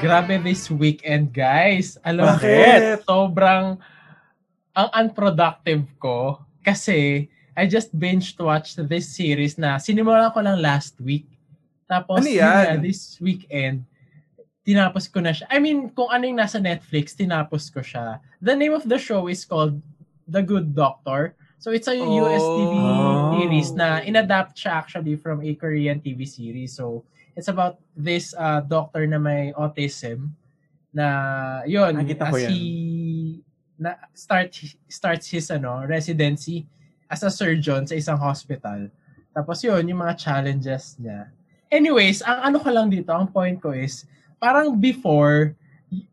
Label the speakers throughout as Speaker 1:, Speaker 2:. Speaker 1: Grabe this weekend, guys. Alam ko,
Speaker 2: Bakit?
Speaker 1: sobrang ang unproductive ko kasi I just binge watched this series na sinimulan ko lang last week. Tapos
Speaker 2: Ano
Speaker 1: yun na,
Speaker 2: yan?
Speaker 1: this weekend, tinapos ko na siya. I mean, kung ano yung nasa Netflix, tinapos ko siya. The name of the show is called The Good Doctor. So it's a
Speaker 2: Oh.
Speaker 1: US TV
Speaker 2: Oh.
Speaker 1: series na inadapt siya actually from a Korean TV series. So it's about this uh, doctor na may autism na yun as
Speaker 2: Nakita ko yan.
Speaker 1: he na start starts his ano residency as a surgeon sa isang hospital. Tapos yun yung mga challenges niya. Anyways, ang ano ko lang dito, ang point ko is parang before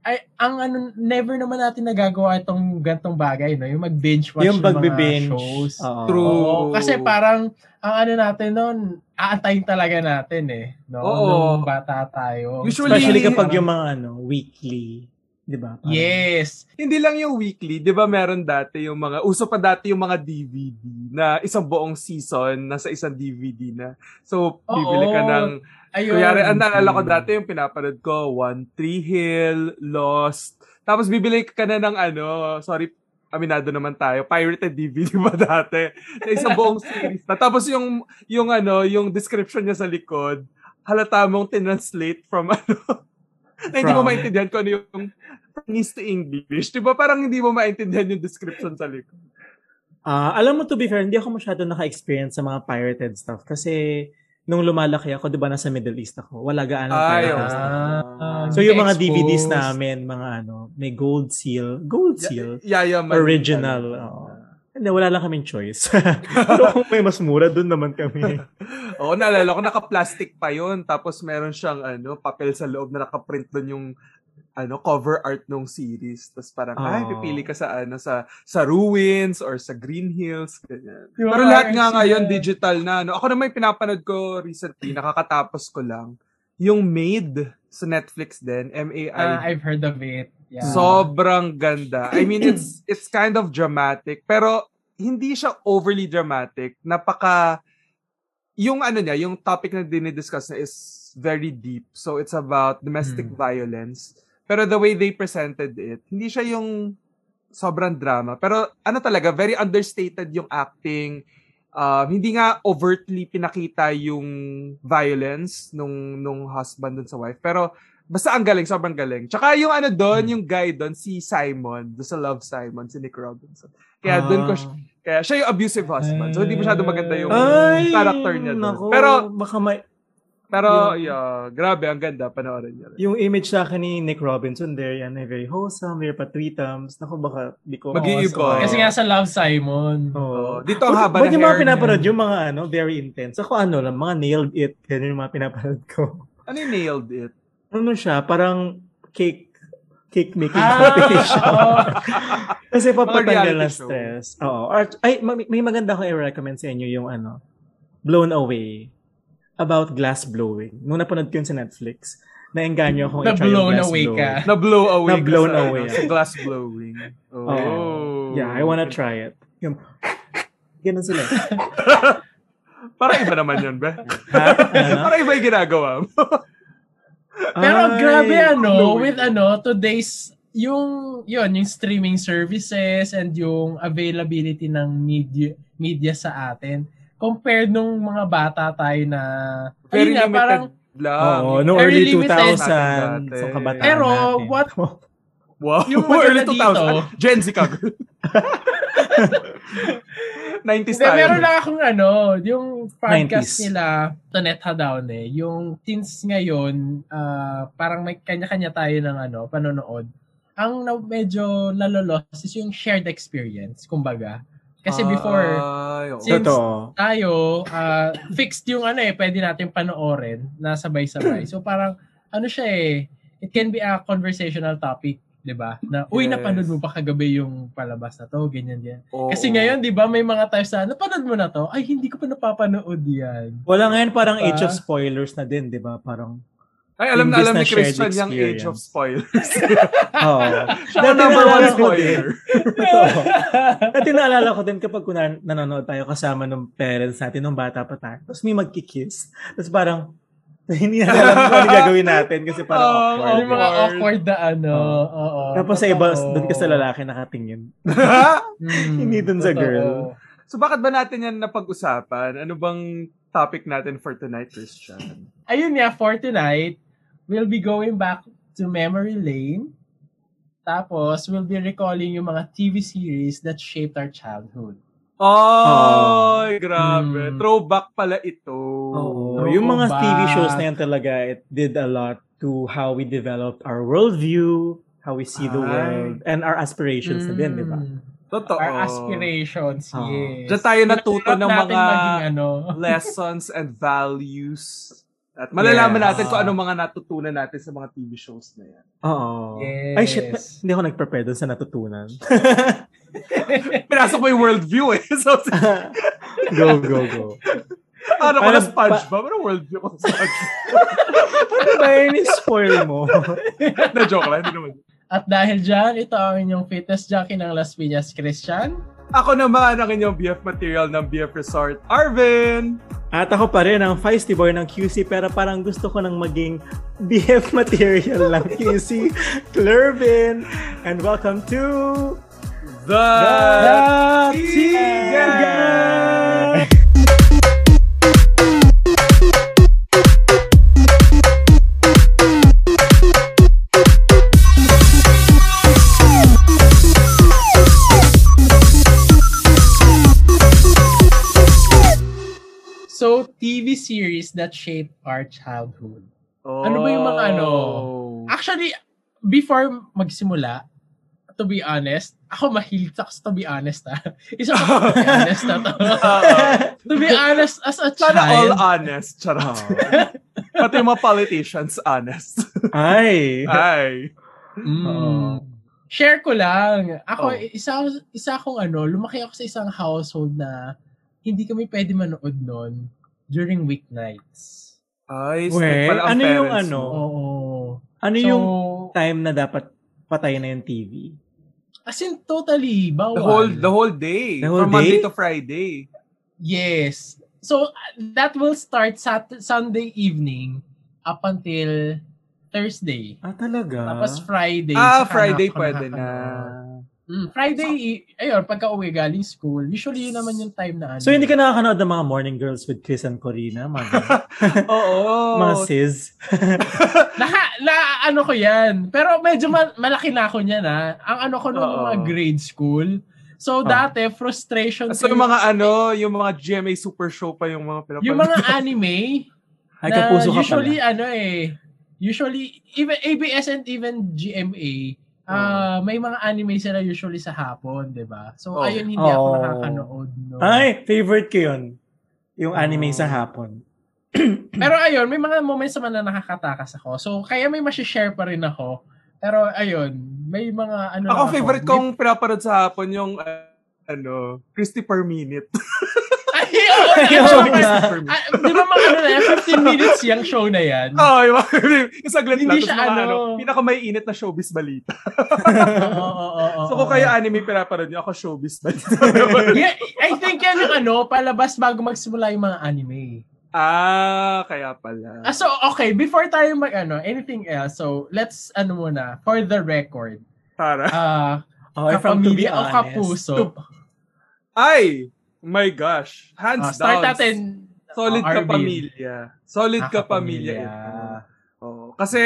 Speaker 1: ay, ang ano never naman natin nagagawa itong gantong bagay no, yung mag-binge watch
Speaker 3: yung
Speaker 1: ng mga
Speaker 3: pagbe-binge.
Speaker 1: shows.
Speaker 3: Oo.
Speaker 2: True.
Speaker 1: Oo, kasi parang ang ano natin noon, aantayin talaga natin eh. No?
Speaker 2: Oo.
Speaker 1: Nung bata tayo.
Speaker 2: Usually- ah.
Speaker 3: Especially
Speaker 2: Really?
Speaker 3: kapag yung mga ano, weekly. Di ba? Parang-
Speaker 1: Yes.
Speaker 2: Hindi lang yung weekly, 'di ba? Meron dati yung mga uso pa dati yung mga DVD na isang buong season nasa isang DVD na. So bibili ka
Speaker 1: Oo.
Speaker 2: ng
Speaker 1: Ayun.
Speaker 2: Kunyari, ang naalala ko
Speaker 3: Mm.
Speaker 2: dati yung pinapanood ko, One Tree Hill, Lost. Tapos bibili ka na ng ano, sorry, aminado naman tayo, pirated DVD ba dati? Na isang buong series. na. Tapos yung, yung ano, yung description niya sa likod, halata mong tinranslate from ano, na hindi
Speaker 3: From-
Speaker 2: mo maintindihan kung ano yung from English to English. Di ba parang hindi mo maintindihan yung description sa likod?
Speaker 3: Ah, alam mo, to be fair, hindi ako masyado naka-experience sa mga pirated stuff kasi nung lumalaki ako, di ba, nasa Middle East ako, wala gaano
Speaker 2: Ay,
Speaker 3: pirated
Speaker 2: oo.
Speaker 3: stuff.
Speaker 1: Ah,
Speaker 3: So, yung mga
Speaker 1: exposed.
Speaker 3: DVDs namin, mga ano, may gold seal. Gold seal?
Speaker 2: Yayaman.
Speaker 3: Original, oo. Hindi, wala lang kaming choice. Pero kung may mas mura, doon naman kami.
Speaker 2: Oo, naalala ko, naka-plastic pa yun. Tapos meron siyang ano, papel sa loob na naka-print doon yung ano, cover art nung series. Tapos parang,
Speaker 3: Oo.
Speaker 1: Ah.
Speaker 2: ay, pipili ka sa ano, sa, sa Ruins or sa Green Hills. Ganyan.
Speaker 1: Yung
Speaker 2: Pero
Speaker 1: mga
Speaker 2: lahat nga
Speaker 1: RC
Speaker 2: ngayon,
Speaker 1: na-
Speaker 2: digital na. Ano. Ako naman yung pinapanood ko recently, nakakatapos ko lang, yung Maid sa Netflix din,
Speaker 1: Ah,
Speaker 2: M-A-I-D.
Speaker 1: I've heard of it. Yeah.
Speaker 2: Sobrang ganda. I mean, it's it's kind of dramatic, pero hindi siya overly dramatic. Napaka yung ano niya, yung topic na dinidiscuss niya is very deep. So it's about domestic
Speaker 1: Mm.
Speaker 2: violence. Pero the way they presented it, hindi siya yung sobrang drama. Pero ano talaga, very understated yung acting. Um, hindi nga overtly pinakita yung violence nung nung husband dun sa wife. Pero basta ang galing, sobrang galing. Tsaka yung ano doon,
Speaker 3: Hmm.
Speaker 2: yung guy doon, si Simon, doon sa Love Simon, si Nick Robinson. Kaya
Speaker 3: Ah.
Speaker 2: doon ko, siya- kaya siya yung abusive husband. So hindi masyado maganda yung
Speaker 3: Ay,
Speaker 2: character niya doon.
Speaker 3: nako,
Speaker 2: Pero,
Speaker 3: baka may,
Speaker 2: pero,
Speaker 3: Yun.
Speaker 2: yeah, grabe, ang ganda, panoorin niya rin.
Speaker 3: yung image sa akin ni Nick Robinson there, yan, ay very wholesome, very patritoms. Naku, baka di ko...
Speaker 2: Mag-iiba.
Speaker 1: Kasi nga sa Love, Simon.
Speaker 3: Oo.
Speaker 2: Oo, dito oh,
Speaker 3: Ba't-
Speaker 2: ang
Speaker 3: Oh. ba't
Speaker 2: haba ng
Speaker 3: yung mga
Speaker 2: hair
Speaker 3: pinapanood, yung mga ano, very intense. Ako ano lang, mga nailed it. Ganun yung mga pinapanood ko.
Speaker 2: Ano yung nailed it?
Speaker 3: Ano siya, parang cake, cake making competition.
Speaker 1: Ah,
Speaker 3: Kasi papatanggal
Speaker 2: oh. reality
Speaker 3: ng
Speaker 2: show.
Speaker 3: stress. Oo. Or, ay, ma- may maganda akong i-recommend sa inyo yung ano, Blown Away about glass blowing. Nung napanood ko yun sa Netflix, naengganyo akong
Speaker 1: The
Speaker 3: i-try yung
Speaker 1: blown
Speaker 3: glass
Speaker 1: away ka.
Speaker 3: blowing.
Speaker 2: Na-blow away. ka
Speaker 3: Na-blown
Speaker 2: sa,
Speaker 3: away.
Speaker 2: ano, sa glass blowing. Oh.
Speaker 3: Oo. Yeah, I wanna try it. Yung, ganun sila.
Speaker 2: Parang iba naman yun, ba?
Speaker 3: Ha? Ano?
Speaker 2: Parang iba yung ginagawa mo.
Speaker 1: Pero
Speaker 3: Ay,
Speaker 1: grabe ano,
Speaker 2: Chloe.
Speaker 1: with ano, today's, yung, yun, yung streaming services and yung availability ng media, media sa atin. Compared nung mga bata tayo na, ayun
Speaker 2: Very
Speaker 1: nga,
Speaker 2: limited
Speaker 1: parang,
Speaker 2: lang.
Speaker 3: Oo, no
Speaker 1: Very
Speaker 3: early
Speaker 1: limited.
Speaker 3: 2000, sa kabataan
Speaker 1: Pero,
Speaker 3: natin.
Speaker 1: what-
Speaker 2: Wow.
Speaker 1: Yung
Speaker 2: early
Speaker 1: maganda
Speaker 2: 2000.
Speaker 1: dito-
Speaker 2: Gen Z ka. girl. 90s
Speaker 1: Hindi,
Speaker 2: tayo.
Speaker 1: meron lang akong ano, yung podcast
Speaker 3: 90s.
Speaker 1: nila, Tonetta Down eh, yung teens ngayon, ah, parang may kanya-kanya tayo ng ano, panonood. Ang na- medyo nalolos is yung shared experience, kumbaga. Kasi
Speaker 2: Ah.
Speaker 1: before,
Speaker 2: Ay, oo.
Speaker 1: Since-
Speaker 3: Totoo.
Speaker 1: tayo, ah, fixed yung ano eh, pwede natin panoorin na sabay-sabay. So parang, ano siya eh, it can be a conversational topic, di ba? Na, uy,
Speaker 2: Yes.
Speaker 1: napanood mo pa kagabi yung palabas na to, ganyan, ganyan.
Speaker 2: Oo.
Speaker 1: Kasi ngayon, di ba, may mga times na, napanood mo na to? Ay, hindi ko pa napapanood yan.
Speaker 3: Wala ngayon parang
Speaker 1: Diba?
Speaker 3: age of spoilers na din, di ba? Parang,
Speaker 2: Ay, alam na
Speaker 3: Imbis
Speaker 2: alam
Speaker 3: na
Speaker 2: ni Christian
Speaker 3: shared
Speaker 2: yung age of
Speaker 3: experience.
Speaker 2: spoilers.
Speaker 3: oo.
Speaker 2: Siya ang number one spoiler.
Speaker 3: Totoo. Dati naalala ko din kapag kunan, nanonood tayo kasama ng parents natin nung bata pa tayo. Tapos may magkikiss. Tapos parang, Hindi na alam kung ano gagawin natin kasi parang
Speaker 2: Oo,
Speaker 3: awkward.
Speaker 1: Yung mga awkward na ano.
Speaker 3: Oo.
Speaker 1: Oo.
Speaker 3: Tapos sa iba,
Speaker 1: totoo.
Speaker 3: doon ka sa lalaki nakatingin.
Speaker 1: Mm,
Speaker 3: Hindi dun sa
Speaker 1: totoo.
Speaker 3: girl.
Speaker 2: so bakit ba natin yan napag-usapan? Ano bang topic natin for tonight, Christian?
Speaker 1: Ayun nga, for tonight, we'll be going back to memory lane. Tapos, we'll be recalling yung mga TV series that shaped our childhood.
Speaker 2: Oh, grabe.
Speaker 1: Mm.
Speaker 2: Throwback pala ito.
Speaker 3: Oo.
Speaker 1: Oo
Speaker 3: yung mga
Speaker 1: ba?
Speaker 3: TV shows na yan talaga, it did a lot to how we developed our worldview, how we see the
Speaker 2: Ay.
Speaker 3: world, and our aspirations na din, di ba?
Speaker 1: Mm.
Speaker 2: Totoo.
Speaker 1: Our aspirations,
Speaker 3: Oo.
Speaker 1: yes.
Speaker 2: Diyan tayo natuto
Speaker 1: Hirap
Speaker 2: ng
Speaker 1: natin
Speaker 2: mga
Speaker 1: maging ano.
Speaker 2: lessons and values. At malalaman
Speaker 3: Yes.
Speaker 2: natin kung ano mga natutunan natin sa mga TV shows na yan.
Speaker 3: Oo.
Speaker 1: Yes.
Speaker 3: Ay, shit. na- Hindi ako nag-prepare dun sa natutunan.
Speaker 2: Pinasok mo yung worldview eh. So, si-
Speaker 3: go, go, go.
Speaker 2: ano ko na
Speaker 3: Parang
Speaker 2: sponge
Speaker 3: pa-
Speaker 2: ba? Parang worldview ko sa sponge.
Speaker 3: Ano ba yun? Spoil mo.
Speaker 2: na joke lang, hindi naman.
Speaker 1: At dahil dyan, ito ang inyong fitness junkie ng Las Piñas, Christian.
Speaker 2: Ako naman ang inyong BF material ng BF Resort, Arvin!
Speaker 3: At ako pa rin ang feisty boy ng QC pero parang gusto ko nang maging BF material ng QC, Clervin. And welcome to...
Speaker 2: The,
Speaker 3: The
Speaker 2: Tigan!
Speaker 1: So, TV series that shaped our childhood. Ano ba yung mga ano?
Speaker 2: Oh.
Speaker 1: Actually, before magsimula, to be honest, ako mahilig ako sa to be honest ah. Isa ako to be honest na to. to be honest, as a
Speaker 2: Sana all
Speaker 1: child,
Speaker 2: honest. Charot. Pati yung mga politicians, honest.
Speaker 3: Ay!
Speaker 2: Ay.
Speaker 3: Um,
Speaker 1: mm, share ko lang. Ako,
Speaker 2: Oh.
Speaker 1: isa, isa akong ano, lumaki ako sa isang household na hindi kami pwede manood noon during weeknights.
Speaker 2: Ay,
Speaker 3: Wait,
Speaker 2: strict pala ang
Speaker 3: ano yung
Speaker 2: parents
Speaker 3: ano?
Speaker 2: mo.
Speaker 1: Oo.
Speaker 3: Ano
Speaker 1: So,
Speaker 3: yung time na dapat patay na yung TV?
Speaker 1: as in totally, bawal.
Speaker 2: The whole, the whole day.
Speaker 3: The whole
Speaker 2: From Monday
Speaker 3: day?
Speaker 2: to Friday.
Speaker 1: Yes. So, uh, that will start Sat- Sunday evening up until Thursday.
Speaker 3: Ah, talaga?
Speaker 1: Tapos Friday.
Speaker 2: ah,
Speaker 1: saka
Speaker 2: Friday
Speaker 1: ako
Speaker 2: pwede na.
Speaker 1: nakakanood. Mm, Friday, i- ayun, pagka uwi galing school, usually yun naman yung time na ano.
Speaker 3: So, hindi ka nakakanood ng mga Morning Girls with Chris and Corina? Mga, ganun?
Speaker 2: Oo.
Speaker 3: mga
Speaker 1: Oh,
Speaker 3: sis?
Speaker 1: Naka, na, ano ko yan. Pero medyo ma- malaki na ako niyan ha. Ang ano ko noon yung mga
Speaker 2: Oo. Ah.
Speaker 1: grade school. So, dati, frustration.
Speaker 2: so
Speaker 1: ko
Speaker 2: yung mga ano, yung mga GMA Super Show pa yung mga pinapanood.
Speaker 1: yung mga anime,
Speaker 3: Ay, kapuso ka
Speaker 1: usually,
Speaker 3: pala.
Speaker 1: ano eh, usually, even ABS and even GMA, ah may mga anime sila usually sa hapon, di ba? So,
Speaker 2: Oh.
Speaker 1: ayun, hindi ako
Speaker 3: Hmm. Oh.
Speaker 1: nakakanood. No.
Speaker 3: Ay, favorite ko yun. Yung
Speaker 2: Oh.
Speaker 3: anime sa hapon.
Speaker 1: Pero ayun, may mga moments naman na nakakatakas ako. So, kaya may share pa rin ako. Pero ayun, may mga ano
Speaker 2: Ako
Speaker 1: na
Speaker 2: favorite
Speaker 1: may-
Speaker 2: kong pinapanood sa hapon yung uh, ano, Christy per minute.
Speaker 1: Ay, oo,
Speaker 3: Ay,
Speaker 1: ano
Speaker 3: oo
Speaker 1: ba-
Speaker 3: nga.
Speaker 2: Christy per minute.
Speaker 1: Ah, di ba mga ano na yan, 15 minutes yung show na yan?
Speaker 2: Oh, yung mga yung saglit
Speaker 1: Hindi
Speaker 2: lang. Tapos
Speaker 1: siya
Speaker 2: mga
Speaker 1: ano.
Speaker 2: ano, pinakamaiinit na showbiz balita.
Speaker 1: Oo, oo, oo,
Speaker 2: So
Speaker 1: oo.
Speaker 2: kung kaya anime pinapanood niyo, ako showbiz balita.
Speaker 1: Yeah, I think yan yung ano, palabas bago magsimula yung mga anime.
Speaker 2: ah, kaya pala.
Speaker 1: Ah, so, okay, before tayo mag, ano, anything else, so, let's, ano muna, for the record,
Speaker 2: Tara.
Speaker 1: ah,
Speaker 3: Oh, if I'm to be
Speaker 1: kapamilya o
Speaker 3: honest.
Speaker 1: kapuso,
Speaker 2: To- Ay! My gosh. Hands
Speaker 1: Ah,
Speaker 2: down.
Speaker 1: start natin,
Speaker 2: Solid
Speaker 1: Ah,
Speaker 2: ka
Speaker 1: Arvin.
Speaker 2: pamilya. Solid
Speaker 1: Ah,
Speaker 2: ka
Speaker 1: kapamilya.
Speaker 2: pamilya. Oo. Kasi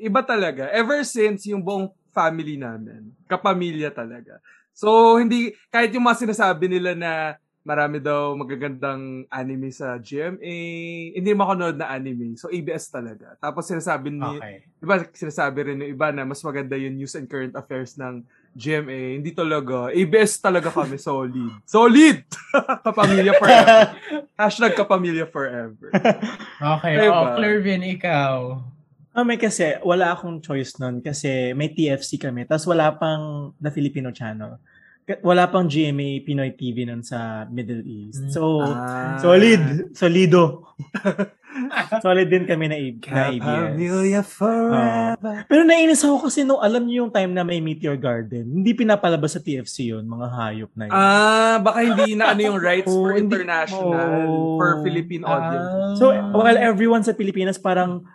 Speaker 2: iba talaga. Ever since yung buong family namin, kapamilya talaga. So hindi kahit yung mga sinasabi nila na marami daw magagandang anime sa GMA, hindi makonood na anime. So ABS talaga. Tapos sinasabi ni
Speaker 1: Okay.
Speaker 2: iba Diba sinasabi rin ng iba na mas maganda yung news and current affairs ng GMA. Hindi talaga. ABS talaga kami solid. Solid! kapamilya forever. Hashtag kapamilya forever.
Speaker 1: Okay,
Speaker 2: Diba?
Speaker 1: oh, Clervin, ikaw.
Speaker 3: Ah, may kasi, wala akong choice nun kasi may TFC kami. Tapos wala pang The Filipino Channel. K- Wala pang GMA Pinoy
Speaker 1: Hmm.
Speaker 3: Oh. TV nun sa Middle East. So,
Speaker 2: Ah.
Speaker 3: solid. Solido. Solid din kami na, A- na ABS.
Speaker 2: Pamilya forever.
Speaker 3: Pero nainis ako kasi nung alam niyo yung time na may Meteor Garden, hindi pinapalabas sa TFC yun, mga hayop na yun.
Speaker 2: Ah, baka hindi na ano yung rights
Speaker 3: Oh,
Speaker 2: for
Speaker 3: hindi-
Speaker 2: international,
Speaker 3: oh.
Speaker 2: for Philippine
Speaker 1: Ah.
Speaker 2: audience.
Speaker 3: So, eh, while everyone sa Pilipinas parang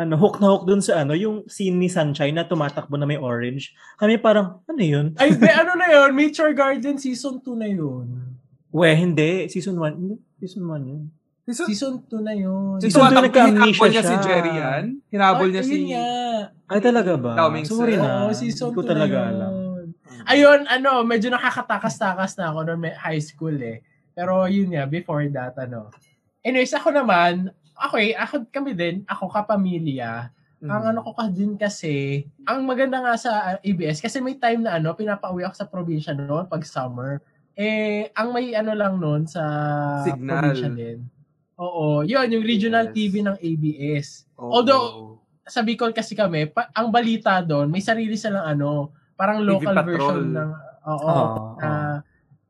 Speaker 3: ano, hook na hook dun sa ano, yung scene ni Sunshine na tumatakbo na may orange. Kami parang, ano yun?
Speaker 1: Ay, be, ano na yun? Mature Garden Season 2 na yun.
Speaker 3: We, hindi. Season 1. Hindi. Season 1 yun.
Speaker 2: So,
Speaker 3: Ah.
Speaker 1: Season 2 na yun.
Speaker 3: Season
Speaker 2: so,
Speaker 3: two
Speaker 2: so
Speaker 3: nagka-amnesia
Speaker 2: niya si
Speaker 3: siya.
Speaker 2: Jerry yan. Hinabol
Speaker 1: Ay,
Speaker 2: niya
Speaker 1: ayun
Speaker 2: si...
Speaker 1: nga.
Speaker 3: Ay, talaga ba?
Speaker 2: Daming
Speaker 3: Sorry
Speaker 2: sir.
Speaker 3: na.
Speaker 1: Oo, season
Speaker 3: Hindi ko
Speaker 1: 2
Speaker 3: talaga
Speaker 1: na yun.
Speaker 3: alam.
Speaker 1: Ayun, ano, medyo nakakatakas-takas na ako noong may high school eh. Pero yun nga, before that, ano. Anyways, ako naman, okay, ako kami din, ako kapamilya. Ang
Speaker 2: Mm.
Speaker 3: Mm.
Speaker 1: ano ko ka din kasi, ang maganda nga sa uh, ABS, kasi may time na ano, pinapauwi ako sa probinsya noon pag summer. Eh, ang may ano lang noon sa
Speaker 2: Signal.
Speaker 1: probinsya din. Oo, yun, yung regional
Speaker 3: E
Speaker 2: Yes.
Speaker 1: TV ng ABS
Speaker 2: Oh.
Speaker 1: although- sa Bicol kasi kami, pa- ang balita doon, may sarili silang ano, parang local
Speaker 2: Patrol. Oh.
Speaker 1: version ng, oo,
Speaker 3: Oo,
Speaker 1: na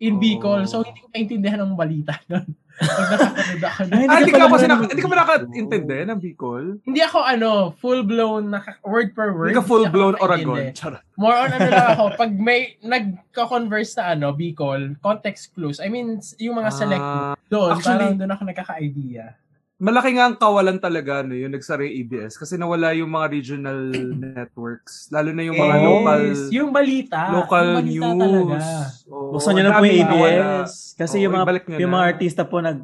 Speaker 1: in Bicol.
Speaker 2: Oo.
Speaker 1: So, hindi ko maintindihan ng balita doon. Pag nakakanood ako nun.
Speaker 3: Ay,
Speaker 2: Ah, hindi ka
Speaker 3: pala
Speaker 2: kasi
Speaker 3: nanonood.
Speaker 2: naka, hindi ka ba nakaintindi ng Bicol?
Speaker 1: hindi ako ano, full-blown, naka- word per word.
Speaker 2: Hindi ka full-blown
Speaker 1: ako
Speaker 2: Oregon.
Speaker 3: eh.
Speaker 1: nakaintindi.
Speaker 2: Charot.
Speaker 1: More on ano lang ako, pag may nagko-converse na ano, Bicol, context clues. I mean, s- yung mga select
Speaker 2: Ah,
Speaker 1: doon,
Speaker 2: actually-
Speaker 1: parang doon ako nagkaka-idea.
Speaker 2: malaki nga ang kawalan talaga no, yung nagsara yung ABS kasi nawala yung mga regional networks. Lalo na yung mga
Speaker 1: Yes,
Speaker 2: local
Speaker 1: yung balita.
Speaker 2: local
Speaker 1: Ah, yung balita
Speaker 2: news.
Speaker 1: Talaga.
Speaker 2: Oo,
Speaker 3: Buksan niyo
Speaker 2: ang
Speaker 3: na po
Speaker 2: daming
Speaker 3: yung
Speaker 2: nawala.
Speaker 3: ABS. Kasi
Speaker 2: Oo,
Speaker 3: yung mga,
Speaker 2: ibalik niyo
Speaker 3: yung
Speaker 2: na.
Speaker 3: mga artista po nag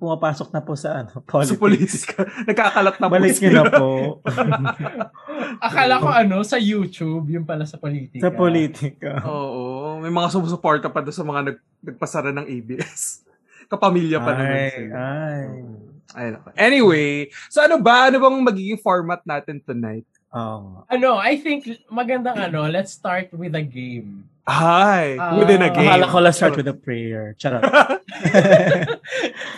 Speaker 3: pumapasok na po sa ano,
Speaker 2: Sa
Speaker 3: politics.
Speaker 2: police ka. Nagkakalat na
Speaker 3: Balik
Speaker 2: police
Speaker 3: nyo na
Speaker 2: ka.
Speaker 3: po
Speaker 1: Akala ko
Speaker 2: Mm.
Speaker 1: ano, sa YouTube, yung pala sa politika.
Speaker 3: sa politika.
Speaker 2: Oo. May mga sumusuporta pa doon sa mga nag, nagpasara ng ABS. Kapamilya pa naman
Speaker 3: Ay, ah.
Speaker 2: sila.
Speaker 3: ay.
Speaker 2: Ayun ako. Anyway, so ano ba? Ano bang magiging format natin tonight?
Speaker 3: Oh.
Speaker 1: Ano, I think magandang ano, let's start with a game.
Speaker 2: Hi!
Speaker 1: Ah,
Speaker 2: within a game.
Speaker 3: Oh. Akala ko lang start with a prayer. Charot.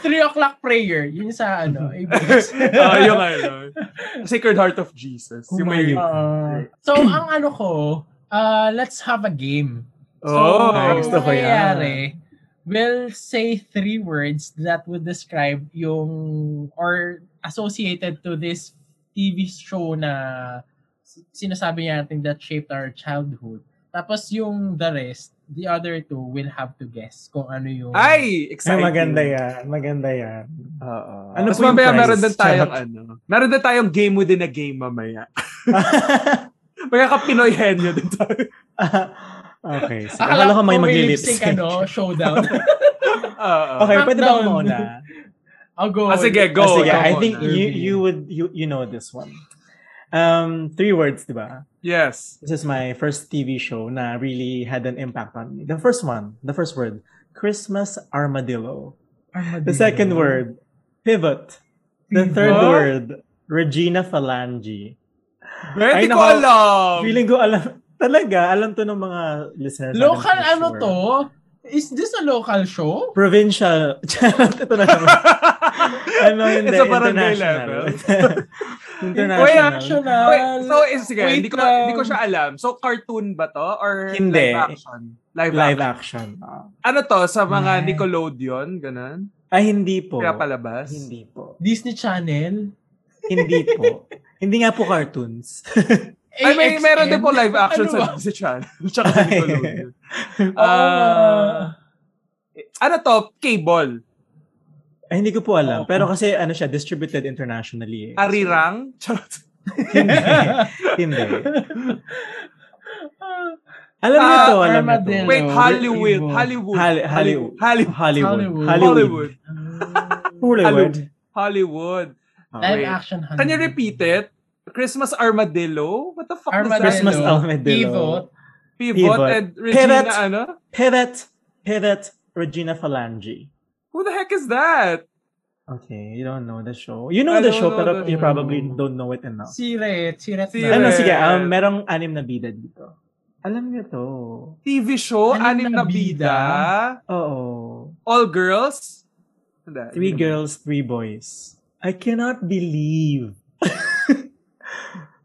Speaker 1: Three o'clock prayer, yun sa ano, ABS.
Speaker 2: Ah, yung ano. Sacred Heart of Jesus.
Speaker 3: Oh
Speaker 2: Yung may...
Speaker 3: Humayo.
Speaker 1: Ah, so, ang ano ko, ah, let's have a game.
Speaker 2: Oh!
Speaker 3: Ay, gusto ko yan.
Speaker 1: mangyayari, We'll say three words that would describe yung or associated to this TV show na s- sinasabi natin that shaped our childhood. Tapos yung the rest, the other two will have to guess kung ano yung...
Speaker 2: Ay!
Speaker 3: Ay,
Speaker 2: Exciting.
Speaker 3: maganda yan. Maganda yan.
Speaker 2: Oo.
Speaker 3: Ano
Speaker 2: Mas
Speaker 3: po yung
Speaker 2: mamaya
Speaker 3: price?
Speaker 2: meron din tayong
Speaker 3: Charot.
Speaker 2: ano. Meron din tayong game within a game mamaya. Magkaka Pinoy henyo din tayo.
Speaker 3: okay. Sige.
Speaker 1: Akala
Speaker 3: Akala ko may
Speaker 1: kung
Speaker 3: maglilip
Speaker 1: lip-sync, ano, showdown.
Speaker 2: Oo.
Speaker 3: Okay, pwede ba ako
Speaker 1: Countdown.
Speaker 3: muna?
Speaker 1: I'll go.
Speaker 2: Ah, sige, go.
Speaker 3: Ah, sige,
Speaker 2: Ikaw
Speaker 3: I
Speaker 2: muna.
Speaker 3: think you
Speaker 1: Ruby.
Speaker 3: you would you you know this one. Um, three words, di ba?
Speaker 2: Yes.
Speaker 3: This is my first TV show na really had an impact on me. The first one, the first word, Christmas armadillo. The second
Speaker 1: Mm-hmm.
Speaker 3: word, pivot. The third
Speaker 2: Pivot?
Speaker 3: word, Regina Phalange.
Speaker 2: Hindi ko
Speaker 3: nako.
Speaker 2: alam.
Speaker 3: Feeling ko alam talaga, alam to ng mga listeners. natin,
Speaker 1: Local
Speaker 3: for
Speaker 1: ano
Speaker 3: sure.
Speaker 1: to? Is this a local show?
Speaker 3: Provincial. Charot, ito na naman. ano hindi,
Speaker 2: It's a barangay
Speaker 3: international.
Speaker 2: level.
Speaker 3: international.
Speaker 1: International.
Speaker 2: Wait, so, eh, sige,
Speaker 1: Wait
Speaker 2: hindi ko,
Speaker 1: lang.
Speaker 2: hindi ko siya alam. So, cartoon ba to? Or
Speaker 3: Hindi.
Speaker 2: live action? Live,
Speaker 3: Live
Speaker 2: action.
Speaker 3: action.
Speaker 2: Ano to? Sa mga
Speaker 1: Ay.
Speaker 2: Nickelodeon? Ganun?
Speaker 3: Ay, Ah, hindi po.
Speaker 2: Kaya palabas?
Speaker 3: Hindi po.
Speaker 1: Disney Channel?
Speaker 3: Hindi po. hindi nga po cartoons.
Speaker 2: Ay, Eh,
Speaker 1: AXN?
Speaker 2: may, meron din po live
Speaker 1: Ano
Speaker 2: action sa
Speaker 1: ba?
Speaker 2: Disney Channel. Tsaka sa
Speaker 1: nga.
Speaker 2: Nickelodeon. Ah, ano to? Cable?
Speaker 3: Ay, hindi ko po
Speaker 1: Oo.
Speaker 3: alam. Pero kasi ano siya, distributed internationally. Eh.
Speaker 2: Ah, Arirang? Charot.
Speaker 3: Ano? hindi. hindi. Alam niyo
Speaker 2: Ah,
Speaker 3: to, alam niyo to.
Speaker 1: Armadillo.
Speaker 2: Wait,
Speaker 1: Hello,
Speaker 2: Hollywood.
Speaker 1: Ivo.
Speaker 2: Hollywood.
Speaker 3: Hal- Hollywood.
Speaker 2: Hollywood.
Speaker 3: Hollywood.
Speaker 2: Hollywood.
Speaker 3: Hollywood.
Speaker 2: Hollywood.
Speaker 1: Live
Speaker 2: Wait.
Speaker 1: action. Honey.
Speaker 2: Can you repeat it? Christmas Armadillo? What the fuck is
Speaker 1: Armadillo.
Speaker 2: that?
Speaker 3: Christmas
Speaker 1: Pivot.
Speaker 3: Armadillo.
Speaker 2: Pivot,
Speaker 3: Pivot.
Speaker 2: and Regina,
Speaker 3: Pivot.
Speaker 2: ano?
Speaker 3: Pivot. Pivot. Regina Phalange.
Speaker 2: Who the heck is that?
Speaker 3: Okay, you don't know the show. You know
Speaker 2: I
Speaker 3: the
Speaker 2: don't
Speaker 3: show,
Speaker 2: know
Speaker 3: pero
Speaker 2: the
Speaker 3: you
Speaker 2: show.
Speaker 3: probably don't know it enough.
Speaker 1: Si Red. Si Red.
Speaker 2: Si
Speaker 1: na.
Speaker 2: Red.
Speaker 3: Ano,
Speaker 2: Yes.
Speaker 3: sige, um, merong anim na bida dito. Alam niyo to.
Speaker 2: TV show,
Speaker 1: Anim
Speaker 2: Anim
Speaker 1: na
Speaker 2: na Bida,
Speaker 3: Oo.
Speaker 2: All Girls? Hindi,
Speaker 3: Three
Speaker 2: hindi.
Speaker 3: girls, three boys. I cannot believe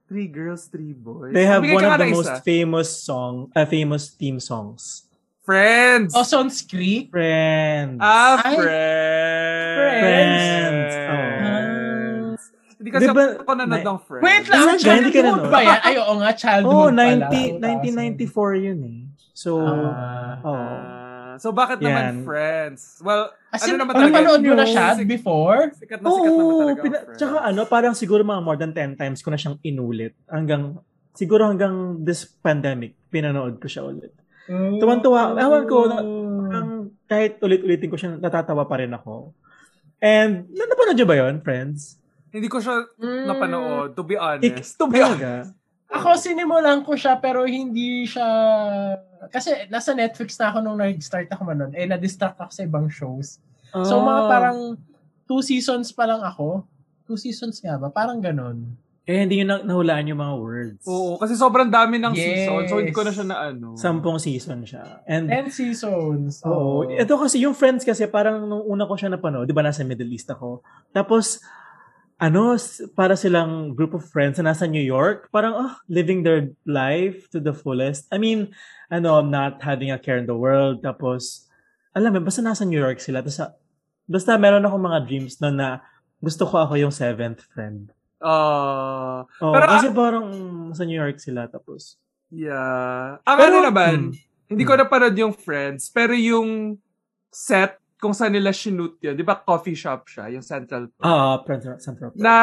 Speaker 2: Three girls, three boys.
Speaker 3: they have
Speaker 2: Bigyan
Speaker 3: one
Speaker 2: ka
Speaker 3: of
Speaker 2: nga
Speaker 3: the
Speaker 2: ng
Speaker 3: most
Speaker 2: isa.
Speaker 3: famous song, uh, famous theme songs.
Speaker 2: Friends!
Speaker 3: Oh,
Speaker 1: Ozon's Creek.
Speaker 3: Friends.
Speaker 2: Ah,
Speaker 1: Ay.
Speaker 2: Friends!
Speaker 1: Friends.
Speaker 3: Friends. Oh.
Speaker 2: Hindi kasi
Speaker 3: Di ba-
Speaker 2: ako nanood
Speaker 3: na-
Speaker 2: ng Friends.
Speaker 1: Wait lang,
Speaker 3: Hindi ka- hindi ka
Speaker 1: childhood
Speaker 3: nanonood.
Speaker 1: ba yan? Ay, oo nga,
Speaker 3: Oh,
Speaker 1: childhood pala.
Speaker 3: 90, 1994 yun eh. So,
Speaker 1: Ah.
Speaker 3: oh.
Speaker 2: Ah, so bakit
Speaker 3: Yan.
Speaker 2: naman Friends? Well,
Speaker 1: As
Speaker 2: ano
Speaker 1: in,
Speaker 2: naman talaga?
Speaker 1: Ah, napanood mo
Speaker 2: yun?
Speaker 1: na siya
Speaker 2: Sikat-
Speaker 1: before?
Speaker 2: Sikat na sikat naman
Speaker 3: Oo,
Speaker 2: talaga. ang
Speaker 3: pina-
Speaker 2: Friends.
Speaker 3: tsaka ano, parang siguro mga more than 10 times ko na siyang inulit. Hanggang, siguro hanggang this pandemic, pinanood ko siya ulit. Tuwan-tuwa. Ewan ko, na-
Speaker 1: Hmm.
Speaker 3: Ang kahit ulit-ulitin ko siya, natatawa pa rin ako. And, na- napanood niyo ba yun, friends?
Speaker 2: Hindi ko siya
Speaker 1: Mm.
Speaker 2: Hmm. napanood, to be
Speaker 3: Ik-
Speaker 2: honest. to be honest.
Speaker 3: Talaga?
Speaker 1: Ako, sinimulan ko siya pero hindi siya... Kasi nasa Netflix na ako nung nag-start ako manon. Eh, na-distract ako sa ibang shows. So, mga
Speaker 3: Ah.
Speaker 1: parang two seasons pa lang ako. Two seasons nga ba? Parang ganon.
Speaker 3: Eh, hindi nyo na- nahulaan yung mga words.
Speaker 2: Oo, kasi sobrang dami ng
Speaker 1: Yes.
Speaker 2: season, so hindi ko na siya na ano.
Speaker 3: Sampung season siya. And,
Speaker 1: Ten seasons.
Speaker 3: Oo. Ito kasi, yung Friends kasi, parang nung una ko siya napanood, di ba nasa Middle East ako. Tapos, ano, s- para silang group of friends na nasa New York, parang, oh, living their life to the fullest. I mean, ano, not having a care in the world. Tapos, alam mo, basta nasa New York sila. Tapos, ah, basta meron akong mga dreams na, na gusto ko ako yung seventh friend.
Speaker 2: Ah,
Speaker 3: Oo,
Speaker 2: Pero,
Speaker 3: kasi parang sa New York sila tapos.
Speaker 2: yeah. Ang
Speaker 3: Pero-
Speaker 2: ano naman,
Speaker 3: Mm.
Speaker 2: hindi ko napanood yung Friends, pero yung set kung saan nila shoot yun, di ba coffee shop siya, yung Central Park.
Speaker 3: Ah, friends Central.
Speaker 2: na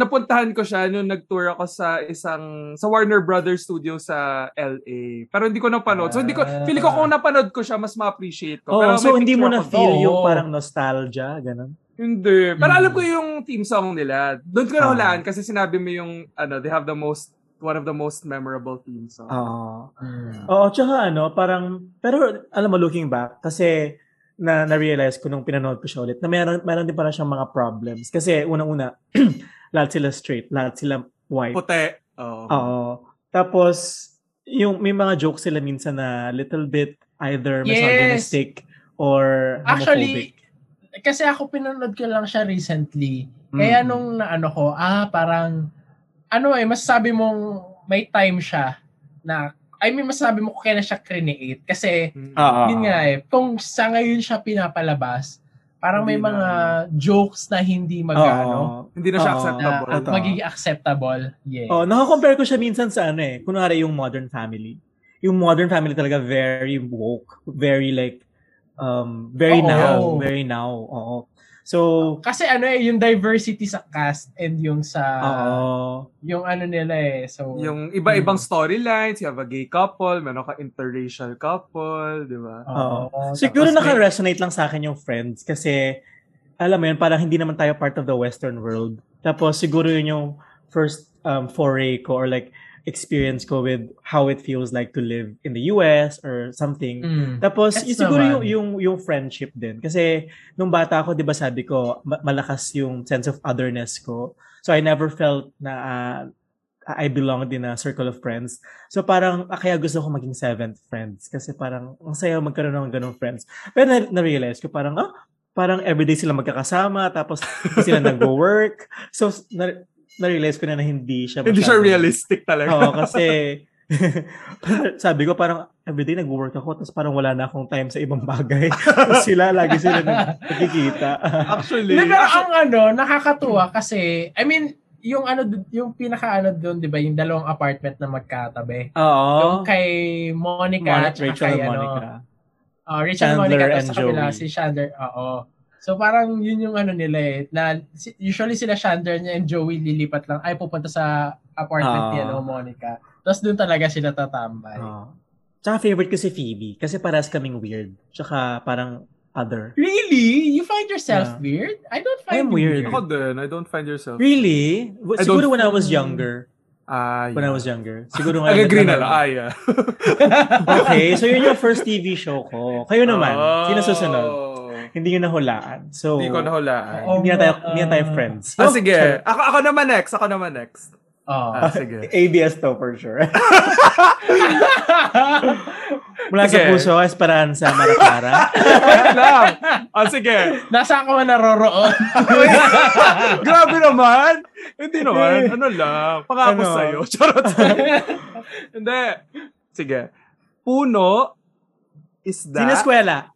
Speaker 2: napuntahan ko siya nung nag-tour ako sa isang sa Warner Brothers studio sa LA. Pero hindi ko napanood. So hindi ko
Speaker 1: Ah.
Speaker 2: feeling ko kung napanood ko siya mas ma-appreciate
Speaker 3: Oo,
Speaker 2: ko. Pero
Speaker 3: Oh, so
Speaker 2: may
Speaker 3: hindi
Speaker 2: picture
Speaker 3: mo na
Speaker 2: ako-
Speaker 3: feel
Speaker 1: Oo.
Speaker 3: yung parang nostalgia, ganun.
Speaker 2: Hindi. Pero
Speaker 3: Mm.
Speaker 2: alam ko yung theme song nila. Doon ko
Speaker 3: Ah.
Speaker 2: nahulaan kasi sinabi mo yung ano, they have the most one of the most memorable theme song.
Speaker 3: Ah. Oo.
Speaker 1: Mm.
Speaker 3: Oo, tsaka ano, parang, pero alam mo, looking back, kasi na na-realize ko nung pinanood ko siya ulit, na meron, meron din pala siyang mga problems. Kasi unang-una, lahat sila straight, lahat sila white.
Speaker 2: Puti. Oo.
Speaker 3: Oo. Tapos, yung, may mga jokes sila minsan na little bit either
Speaker 1: Yes.
Speaker 3: misogynistic or homophobic.
Speaker 1: Actually, kasi ako pinanood ko lang siya recently. Kaya
Speaker 3: Mm.
Speaker 1: nung naano ko, ah, parang, ano eh, masasabi mong may time siya na, I mean, masasabi mo kung kailan siya create. Kasi,
Speaker 2: Mm.
Speaker 3: Oo.
Speaker 1: yun nga eh, kung sa ngayon siya pinapalabas, parang may
Speaker 2: Hindi na,
Speaker 1: mga jokes na hindi magano
Speaker 3: Oo.
Speaker 2: Hindi na siya
Speaker 1: na
Speaker 3: Oo.
Speaker 2: acceptable.
Speaker 3: Totoo.
Speaker 1: magiging acceptable. Yes.
Speaker 3: Oh, nakakompare ko siya minsan sa ano eh, kunwari yung Modern Family. Yung Modern Family talaga very woke, very like um very
Speaker 1: Oo.
Speaker 3: now, very now. Oo. So,
Speaker 1: Kasi ano eh, yung diversity sa cast and yung sa,
Speaker 3: oo.
Speaker 1: yung ano nila eh. So,
Speaker 2: Yung iba-ibang
Speaker 3: Mm.
Speaker 2: storylines, you have a gay couple, meron ka interracial couple, di ba?
Speaker 3: Ah.
Speaker 1: oo.
Speaker 3: Siguro
Speaker 1: Tapos may-
Speaker 3: naka-resonate lang sa akin yung Friends kasi alam mo yun, parang hindi naman tayo part of the western world. Tapos siguro yun yung first um, foray ko or like experience ko with how it feels like to live in the US or something.
Speaker 1: Mm.
Speaker 3: Tapos,
Speaker 1: Gets
Speaker 3: yung, siguro
Speaker 1: naman.
Speaker 3: yung, yung, yung friendship din. Kasi, nung bata ako, di ba sabi ko, ma- malakas yung sense of otherness ko. So, I never felt na ah, I belonged in a circle of friends. So, parang, ah, kaya gusto ko maging seventh friends. Kasi parang, ang saya magkaroon ng ganong friends. Pero na- na-realize ko, parang, ah, parang everyday sila magkakasama, tapos hindi sila nag-work. So, na- na-realize ko na na hindi siya
Speaker 2: Hindi siya
Speaker 3: masyadong-
Speaker 2: realistic talaga.
Speaker 3: Oo, kasi sabi ko parang everyday nag-work ako tapos parang wala na akong time sa ibang bagay. Tapos sila, lagi sila nag- nagkikita.
Speaker 2: Actually,
Speaker 1: Hindi, pero
Speaker 2: actually-
Speaker 1: ang ano, nakakatuwa kasi, I mean, yung ano, dun- yung pinaka ano doon, di ba, yung dalawang apartment na magkatabi. Yung
Speaker 3: Oo.
Speaker 1: kay Monica,
Speaker 3: Monica,
Speaker 1: at saka
Speaker 3: Rachel
Speaker 1: kay,
Speaker 3: and
Speaker 1: ano,
Speaker 3: Monica.
Speaker 1: oh, Rachel and
Speaker 3: Chandler
Speaker 1: Monica, tapos
Speaker 3: and
Speaker 1: sa kabila,
Speaker 3: Joey.
Speaker 1: si Chandler, oo. So parang yun yung ano nila eh, na si- usually sila Chandler niya and Joey lilipat lang, ay pupunta sa apartment
Speaker 3: Ah.
Speaker 1: niya, no, Monica. Tapos doon talaga sila tatambay.
Speaker 3: Oo. Tsaka favorite ko si Phoebe kasi parehas kaming weird. Tsaka parang other.
Speaker 1: Really? You find yourself
Speaker 3: Yeah.
Speaker 1: weird? I don't find
Speaker 3: I'm
Speaker 1: you
Speaker 3: weird.
Speaker 2: ako din, I don't find yourself.
Speaker 3: Really? W-
Speaker 2: I
Speaker 3: Siguro
Speaker 2: don't-
Speaker 3: when I was younger.
Speaker 2: Ah,
Speaker 3: When I was younger. Siguro nga.
Speaker 2: I agree na lang. Ah, yeah.
Speaker 3: Okay, so yun yung first TV show ko. Kayo naman,
Speaker 2: Oh.
Speaker 3: sino susunod? Oh. Hindi yun nahulaan. So,
Speaker 2: Hindi ko nahulaan.
Speaker 1: Oo.
Speaker 3: Hindi na tayo,
Speaker 1: nga.
Speaker 3: hindi na tayo friends.
Speaker 2: Ah, sige. Ako, ako naman next. Ako naman next.
Speaker 1: Oo.
Speaker 2: Ah, sige.
Speaker 3: ABS to for sure. Mula sa
Speaker 2: Sige.
Speaker 3: puso, Esperanza Marapara.
Speaker 2: Wait lang. Ah, sige.
Speaker 1: Nasa ako man naroroon.
Speaker 2: Grabe naman. Hindi naman. Ano lang. Pangako
Speaker 3: Ano?
Speaker 2: sa'yo. Charot. Hindi. Sige. Puno, isda,
Speaker 3: Sino eskwela?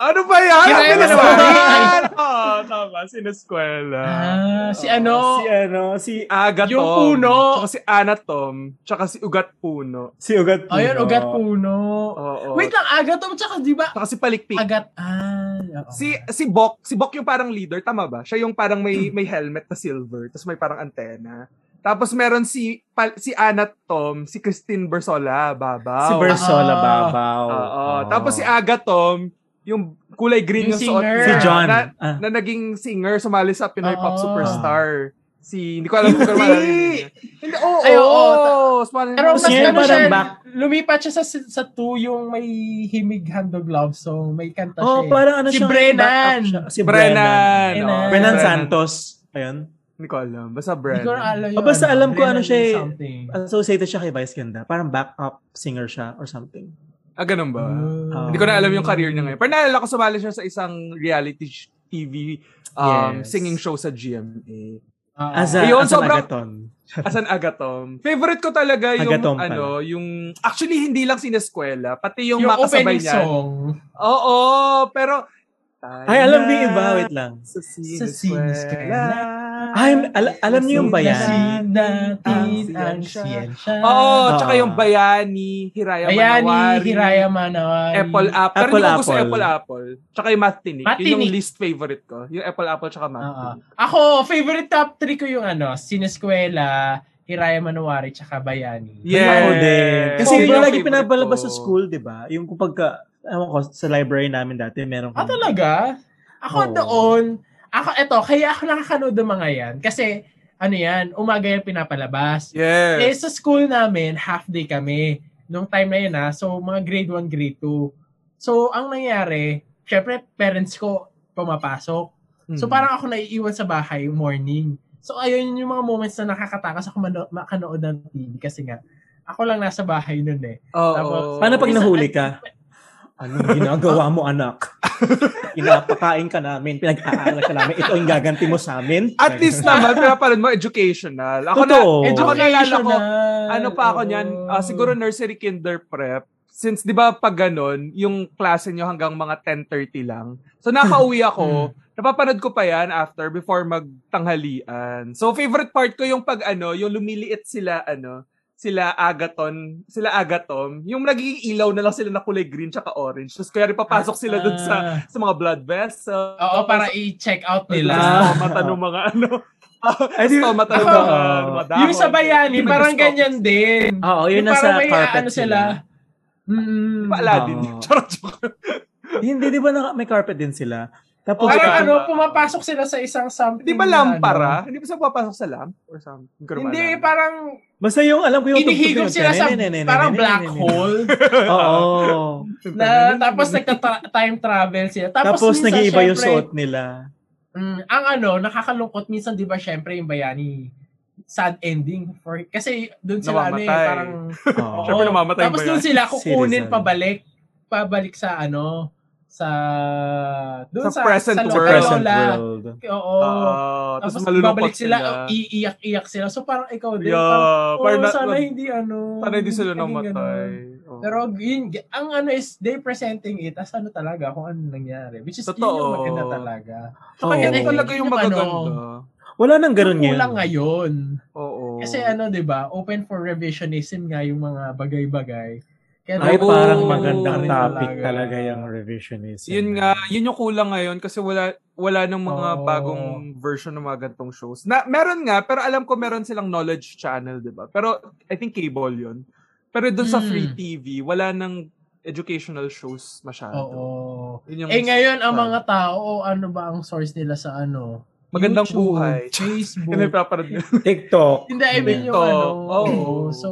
Speaker 2: Ano ba yan?
Speaker 1: Sino
Speaker 2: Ano
Speaker 1: yun?
Speaker 2: ba
Speaker 1: Ano ba?
Speaker 2: yan? Oo, tama. Sineskwela.
Speaker 1: Ah, si ano?
Speaker 3: Si ano, si,
Speaker 2: Agatom.
Speaker 1: Yung puno.
Speaker 2: Ah, Tsaka si Anatom. Tsaka si Ugat Puno.
Speaker 3: si Ugat Puno.
Speaker 1: Ayun, ugat puno.
Speaker 2: Oo.
Speaker 1: Wait lang, agatom tsaka di ba?
Speaker 2: Tsaka si Palikpik.
Speaker 1: Agat. Ah, oo.
Speaker 2: Si si Bok, si Bok yung parang leader, tama ba? Siya yung parang may may helmet na silver, tapos may parang antena. Tapos meron si pal, si Anat Tom, si Christine Bersola,
Speaker 3: Si
Speaker 2: babaw.
Speaker 3: Bersola
Speaker 1: Ah.
Speaker 3: Babaw.
Speaker 2: Oo.
Speaker 3: Oo.
Speaker 2: Tapos si Agatom, yung kulay green
Speaker 1: Yung
Speaker 2: yung, suot
Speaker 1: singer.
Speaker 2: niya,
Speaker 3: Si John.
Speaker 2: Na,
Speaker 3: Ah.
Speaker 2: na naging singer, sumali sa Pinoy Pop
Speaker 1: Oo.
Speaker 2: Superstar. Si, hindi ko alam kung
Speaker 1: Hindi!
Speaker 2: kailan niya. Hindi, oo,
Speaker 1: Ay, oo.
Speaker 2: oo. sumali
Speaker 1: Pero mas
Speaker 2: na-
Speaker 3: Ngayon
Speaker 1: ano
Speaker 3: parang
Speaker 1: siya,
Speaker 3: back-
Speaker 1: lumipat siya sa, sa two yung may himig handog love song. May kanta
Speaker 3: Oh,
Speaker 1: siya. eh.
Speaker 3: parang ano
Speaker 1: Si
Speaker 3: siya.
Speaker 1: Brennan.
Speaker 3: Si Brennan.
Speaker 2: Brennan.
Speaker 1: Brennan.
Speaker 2: oo,
Speaker 3: Brennan
Speaker 1: Brennan.
Speaker 3: Santos. Ayun.
Speaker 2: Hindi ko alam. Basta
Speaker 1: Hindi ko
Speaker 2: Brennan.
Speaker 1: alam yun.
Speaker 3: Oh, basta alam ko ano
Speaker 1: Brennan
Speaker 3: siya eh.
Speaker 1: something.
Speaker 3: Associated siya kay Vice Ganda. Parang backup singer siya or something.
Speaker 2: Ah, ganun ba?
Speaker 3: Mm.
Speaker 1: Ah.
Speaker 2: Hindi ko na alam yung career niya ngayon. Pero naalala ko sumali siya sa isang reality sh- TV um,
Speaker 3: Yes.
Speaker 2: singing show sa GMA.
Speaker 1: Ah.
Speaker 3: As, a,
Speaker 2: Ayun,
Speaker 3: as an
Speaker 2: sobrang-
Speaker 3: agaton.
Speaker 2: As an agatom. Favorite ko talaga yung
Speaker 3: Agatom pala.
Speaker 2: ano, yung actually hindi lang sineskwela, pati yung,
Speaker 1: yung
Speaker 2: makasabay
Speaker 1: opening
Speaker 2: niya.
Speaker 1: song.
Speaker 2: Oo, pero
Speaker 3: Ay, alam niyo yung iba.
Speaker 2: Ah.
Speaker 3: Wait lang.
Speaker 2: Sa
Speaker 1: Sa sineskwela.
Speaker 2: sineskwela.
Speaker 3: Ay, al- alam niyo yung bayan.
Speaker 1: Sinasin
Speaker 2: Ah,
Speaker 1: natin
Speaker 2: Ang
Speaker 1: ang
Speaker 2: siyensya.
Speaker 1: siyensya.
Speaker 2: Oo, tsaka
Speaker 3: Oo.
Speaker 2: yung Bayani, Hiraya
Speaker 1: Bayani,
Speaker 2: Manawari.
Speaker 1: Hiraya Manawari.
Speaker 2: Apple Apple. Pero
Speaker 3: Apple
Speaker 2: hindi ko gusto
Speaker 3: Apple.
Speaker 2: Apple Apple. Tsaka yung Math Tinik. Yun yung
Speaker 1: Matinik.
Speaker 2: least favorite ko. Yung Apple Apple tsaka
Speaker 3: Ah,
Speaker 2: Math
Speaker 1: Oo.
Speaker 2: Tinik.
Speaker 1: Ah, Ako, favorite top 3 ko yung ano, Sineskwela, Hiraya Manawari, tsaka Bayani.
Speaker 2: Yes.
Speaker 3: Ako din. Kasi
Speaker 2: Yun
Speaker 3: yun yung
Speaker 2: yung
Speaker 3: lagi
Speaker 2: favorite
Speaker 3: pinapalabas
Speaker 2: ko.
Speaker 3: sa school, di ba? Yung kung pagka, ewan ko, sa library namin dati, meron
Speaker 1: Ah,
Speaker 3: kami.
Speaker 1: talaga? Ako
Speaker 3: Oo.
Speaker 1: doon, ako eto, kaya ako nakakanood ng mga yan. Kasi, ano yan, umaga yan pinapalabas. Eh,
Speaker 2: Yes.
Speaker 1: sa school namin, half day kami. Nung time na yun ha, so mga grade 1, grade 2. So, ang nangyari, syempre, parents ko pumapasok. So
Speaker 2: Hmm.
Speaker 1: parang ako naiiwan sa bahay morning. So ayun yung mga moments na nakakatakas ako mano- makanood ng TV kasi nga ako lang nasa bahay nun eh.
Speaker 2: Oo.
Speaker 1: Tapos-
Speaker 3: Paano pag
Speaker 1: Isa- Ano
Speaker 3: nahuli ka? Anong ginagawa mo, anak? Pinapakain ka namin, pinag-aaral ka namin, ito ang gaganti mo sa amin.
Speaker 2: At least naman, pinapanood mo educational. Ako na,
Speaker 3: Totoo.
Speaker 1: Eh,
Speaker 2: ako naalala ko,
Speaker 1: Educational.
Speaker 2: ano pa ako niyan, ah, siguro nursery kinder prep. Since 'di ba pag ganun, yung klase nyo hanggang mga 10:30 lang. So nakauwi
Speaker 1: Mm.
Speaker 2: ako, napapanood ko pa 'yan after before magtanghalian. So favorite part ko yung pag ano, yung lumiliit sila ano, sila agaton, sila agatom, yung nagiging ilaw na lang sila na kulay green tsaka orange. Tapos kaya rin papasok sila dun sa
Speaker 1: Ah.
Speaker 2: sa mga blood vessel.
Speaker 1: Oo, para i-check out nila.
Speaker 2: Tapos stomata ng mga ano. Tapos stomata ng mga,
Speaker 3: Ako,
Speaker 2: mga dahon.
Speaker 1: yung sa bayani,
Speaker 2: Yung
Speaker 1: parang
Speaker 2: nag-stop.
Speaker 1: ganyan din.
Speaker 3: Oo, yun
Speaker 1: Yung parang
Speaker 3: nasa
Speaker 1: may
Speaker 3: carpet
Speaker 1: ano sila. Mm,
Speaker 2: Yung Diba Aladdin.
Speaker 3: Oo.
Speaker 2: Charot, charot.
Speaker 3: sila. Hindi, di ba naka- may carpet din sila? Tapos,
Speaker 2: Oo,
Speaker 1: parang
Speaker 2: Pagkatapos-
Speaker 1: ano, pumapasok sila sa isang something.
Speaker 2: Di ba
Speaker 1: na
Speaker 2: lampara? Hindi ba siya papasok sa lamp? Or something? Hindi, ko
Speaker 1: ano.
Speaker 2: naman
Speaker 1: Hindi,
Speaker 2: alam.
Speaker 1: parang
Speaker 3: basta yung alam ko yung
Speaker 1: inihigop
Speaker 3: tugtog
Speaker 1: sila
Speaker 3: yun.
Speaker 1: sa
Speaker 3: Nenenenenenen.
Speaker 1: parang black hole.
Speaker 3: Oo.
Speaker 1: na tapos nagta-time travel sila. Tapos,
Speaker 3: Tapos
Speaker 1: minsan,
Speaker 3: nag-iiba yung
Speaker 1: syempre,
Speaker 3: suot nila.
Speaker 1: mm, ang ano, nakakalungkot minsan 'di ba syempre yung bayani sad ending for kasi doon sila ano eh,
Speaker 2: Namamatay.
Speaker 1: parang
Speaker 3: Oo.
Speaker 2: Syempre namamatay
Speaker 1: tapos
Speaker 2: ba
Speaker 1: doon
Speaker 2: yan?
Speaker 1: sila kukunin
Speaker 3: Seriously.
Speaker 1: pabalik pabalik sa ano sa doon sa,
Speaker 2: Sa present
Speaker 1: sa
Speaker 2: world.
Speaker 3: Present
Speaker 1: Lola.
Speaker 3: world.
Speaker 1: Oo.
Speaker 2: Oo,
Speaker 1: tapos
Speaker 2: tapos malulungkot
Speaker 1: babalik
Speaker 2: sila.
Speaker 1: sila, iiyak-iyak sila. So parang ikaw din, parang,
Speaker 2: Yeah,
Speaker 1: oh,
Speaker 2: parang na-
Speaker 1: sana
Speaker 2: na-
Speaker 1: hindi ano.
Speaker 2: sana hindi sila
Speaker 1: naging
Speaker 2: namatay.
Speaker 1: ganun.
Speaker 2: Oo.
Speaker 1: Pero yun, ang ano is, they presenting it as ano talaga, kung ano nangyari. Which is,
Speaker 2: Totoo.
Speaker 1: yun yung maganda talaga.
Speaker 2: Tsaka yan
Speaker 1: Oo.
Speaker 2: talaga yung
Speaker 1: Yung ano,
Speaker 2: magaganda.
Speaker 3: Wala nang ganun
Speaker 1: Yung Kulang
Speaker 3: ngayon.
Speaker 1: ngayon.
Speaker 2: Oo.
Speaker 1: Kasi ano, di ba, open for revisionism nga yung mga bagay-bagay. Kaya
Speaker 3: Ay,
Speaker 1: dapat-
Speaker 3: parang
Speaker 2: Oo.
Speaker 3: magandang
Speaker 2: Ganun
Speaker 3: topic
Speaker 2: talaga.
Speaker 3: talaga yung revisionism.
Speaker 2: Yun nga, yun yung kulang ngayon kasi wala wala ng mga
Speaker 1: Oo.
Speaker 2: bagong version ng mga gantong shows. Na meron nga, pero alam ko meron silang knowledge channel, 'di ba? Pero I think cable 'yun. Pero doon sa
Speaker 1: Mm.
Speaker 2: free TV, wala ng educational shows masyado.
Speaker 1: Oo.
Speaker 2: Yun yung-
Speaker 1: Eh ngayon, ang
Speaker 2: Tama.
Speaker 1: mga tao, ano ba ang source nila sa ano?
Speaker 2: Magandang
Speaker 1: YouTube,
Speaker 2: buhay.
Speaker 1: Facebook.
Speaker 2: Yun yung pinapanood nila.
Speaker 3: TikTok.
Speaker 1: Hindi, I mean yung
Speaker 2: TikTok.
Speaker 1: ano.
Speaker 2: Oo.
Speaker 1: oo. So,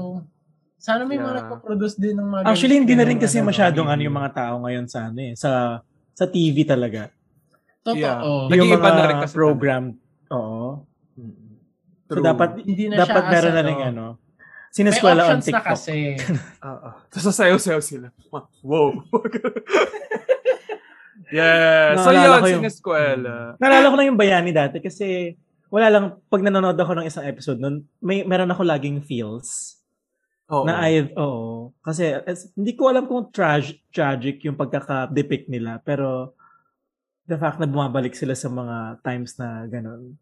Speaker 1: sana may
Speaker 2: Yeah.
Speaker 1: mga nagpa-produce din ng mga
Speaker 3: Actually,
Speaker 1: ganun-
Speaker 3: hindi na rin
Speaker 1: ganun,
Speaker 3: kasi
Speaker 1: ano,
Speaker 3: masyadong ano
Speaker 1: video.
Speaker 3: yung mga tao ngayon sa ano eh, sa sa TV talaga.
Speaker 2: Yeah.
Speaker 1: Totoo.
Speaker 3: Yung
Speaker 2: Nag-iiba
Speaker 3: mga
Speaker 2: na rin kasi
Speaker 3: program. Oo. So
Speaker 2: True.
Speaker 3: dapat
Speaker 1: Hindi na
Speaker 3: dapat
Speaker 1: siya
Speaker 3: meron
Speaker 1: as
Speaker 3: na rin
Speaker 1: ano.
Speaker 3: ano.
Speaker 1: May
Speaker 3: Sineskwela on
Speaker 1: options na
Speaker 3: TikTok.
Speaker 1: kasi.
Speaker 2: Oo. Tapos sasayaw-sayaw sila. Wow. yeah. so
Speaker 3: Naalala
Speaker 2: yun,
Speaker 3: ko yung-
Speaker 2: sineskwela.
Speaker 3: Naalala ko lang yung bayani dati kasi wala lang, pag nanonood ako ng isang episode nun, may, meron ako laging feels.
Speaker 2: Oo.
Speaker 3: Na I, oo. Kasi it's- hindi ko alam kung trag- tragic yung pagkaka-depict nila. Pero the fact na bumabalik sila sa mga times na ganun.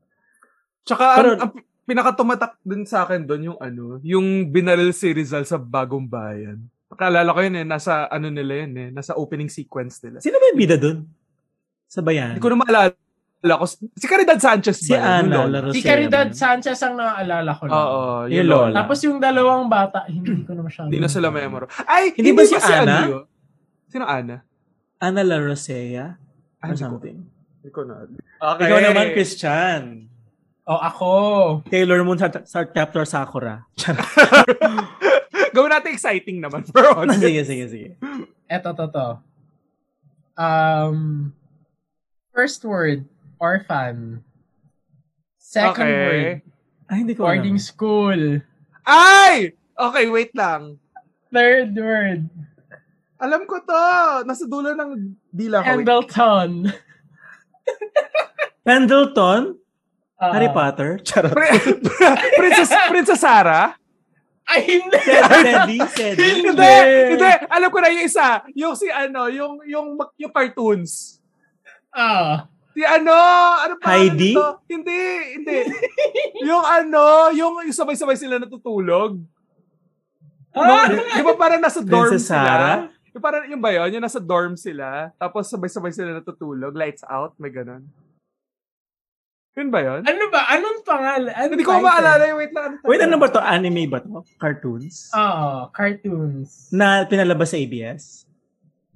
Speaker 2: Tsaka
Speaker 3: Pero-
Speaker 2: ang, ang pinakatumatak dun sa akin dun yung ano, yung binaril si Rizal sa Bagong Bayan. Nakalala ko yun eh, nasa ano nila yun eh, nasa opening sequence nila.
Speaker 3: Sino ba yung bida dun? Sa bayan?
Speaker 2: Hindi ko na maalala ko. Si Caridad Sanchez ba?
Speaker 3: Si
Speaker 2: yun?
Speaker 3: Ana
Speaker 2: Yung lola.
Speaker 3: Larocera.
Speaker 1: Si Caridad Sanchez ang naaalala ko lang.
Speaker 2: Oo,
Speaker 3: Yung
Speaker 2: yung Lola.
Speaker 3: Lola.
Speaker 1: Tapos yung dalawang bata, hindi ko na masyado.
Speaker 2: Hindi na sila memorable.
Speaker 3: Ano
Speaker 2: Ay,
Speaker 3: Hindi ba si Ana?
Speaker 2: ano yun? Sino Ana?
Speaker 3: Ana La Rosea or
Speaker 2: Ah, hindi ko-
Speaker 3: something.
Speaker 2: hindi ko na. Okay.
Speaker 3: Ikaw naman, Christian.
Speaker 1: Oh, ako.
Speaker 3: Taylor Moon sa, sa Captor Sakura. Charot.
Speaker 2: Gawin natin exciting naman for once.
Speaker 3: sige, sige, sige.
Speaker 1: Eto, to, to. Um, first word, orphan. Second
Speaker 2: Okay.
Speaker 1: word,
Speaker 3: Ay, hindi ko
Speaker 1: boarding
Speaker 3: alam.
Speaker 1: school.
Speaker 2: Ay! Okay, wait lang.
Speaker 1: Third word,
Speaker 2: Alam ko to. Nasa dulo ng dila ko. Wait.
Speaker 1: Pendleton.
Speaker 3: Pendleton?
Speaker 1: Ah.
Speaker 3: Harry Potter? Charot.
Speaker 2: Pri- Princess, Princess Sarah?
Speaker 1: Ah. Ay, hindi.
Speaker 3: Teddy? Teddy?
Speaker 2: Hindi, hindi. Alam ko na yung isa. Yung si ano, yung yung mag- yung cartoons.
Speaker 1: Ah.
Speaker 2: Si ano, ano pa?
Speaker 3: Heidi?
Speaker 2: Ito? Hindi, hindi. yung ano, yung, yung sabay-sabay sila natutulog.
Speaker 1: Ah!
Speaker 2: Yung- Di Ano ba parang nasa dorm
Speaker 3: Princess
Speaker 2: sila?
Speaker 3: Sarah?
Speaker 2: Yung parang, yung ba yun? Yung nasa dorm sila, tapos sabay-sabay sila natutulog, lights out, may ganun. Yun ba yun?
Speaker 1: Ano ba? Anong pangalan? Anong
Speaker 2: Hindi ko
Speaker 1: title?
Speaker 2: maalala yung wait lang. Ano
Speaker 3: Wait, ano ba to? Anime ba to? Cartoons?
Speaker 1: Oo, cartoons.
Speaker 3: na pinalabas sa ABS?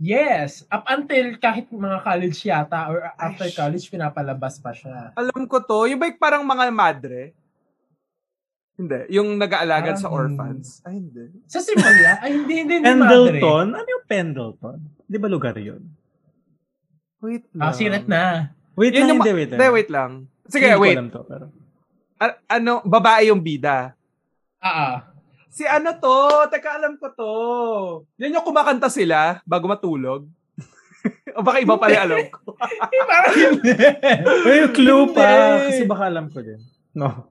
Speaker 1: Yes, up until kahit mga college yata or after
Speaker 2: Ay, sh-
Speaker 1: college pinapalabas pa siya.
Speaker 2: Alam ko to. Yung ba yung parang mga madre? Hindi. Yung nag-aalagan sa
Speaker 1: Ah,
Speaker 2: orphans. Ay, hindi.
Speaker 1: Sa simula, ay hindi hindi ni Madre.
Speaker 3: Pendleton? Ano yung Pendleton? Di ba lugar yun?
Speaker 2: Wait lang.
Speaker 1: Ah, sinet na.
Speaker 3: Wait
Speaker 2: Yun
Speaker 3: lang,
Speaker 2: yung
Speaker 3: hindi,
Speaker 2: ma-
Speaker 3: wait
Speaker 2: Hindi,
Speaker 3: lang.
Speaker 2: wait lang. Sige,
Speaker 3: Hindi ko
Speaker 2: wait.
Speaker 3: alam to, pero.
Speaker 2: A- ano, babae yung bida.
Speaker 1: Ah, ah.
Speaker 2: Si ano to? Teka, alam ko to. Yan yung kumakanta sila bago matulog. o baka iba pala yung alam ko.
Speaker 1: Eh, parang hindi.
Speaker 3: Uy, clue pa!
Speaker 1: Hindi.
Speaker 3: Kasi baka alam ko din. No.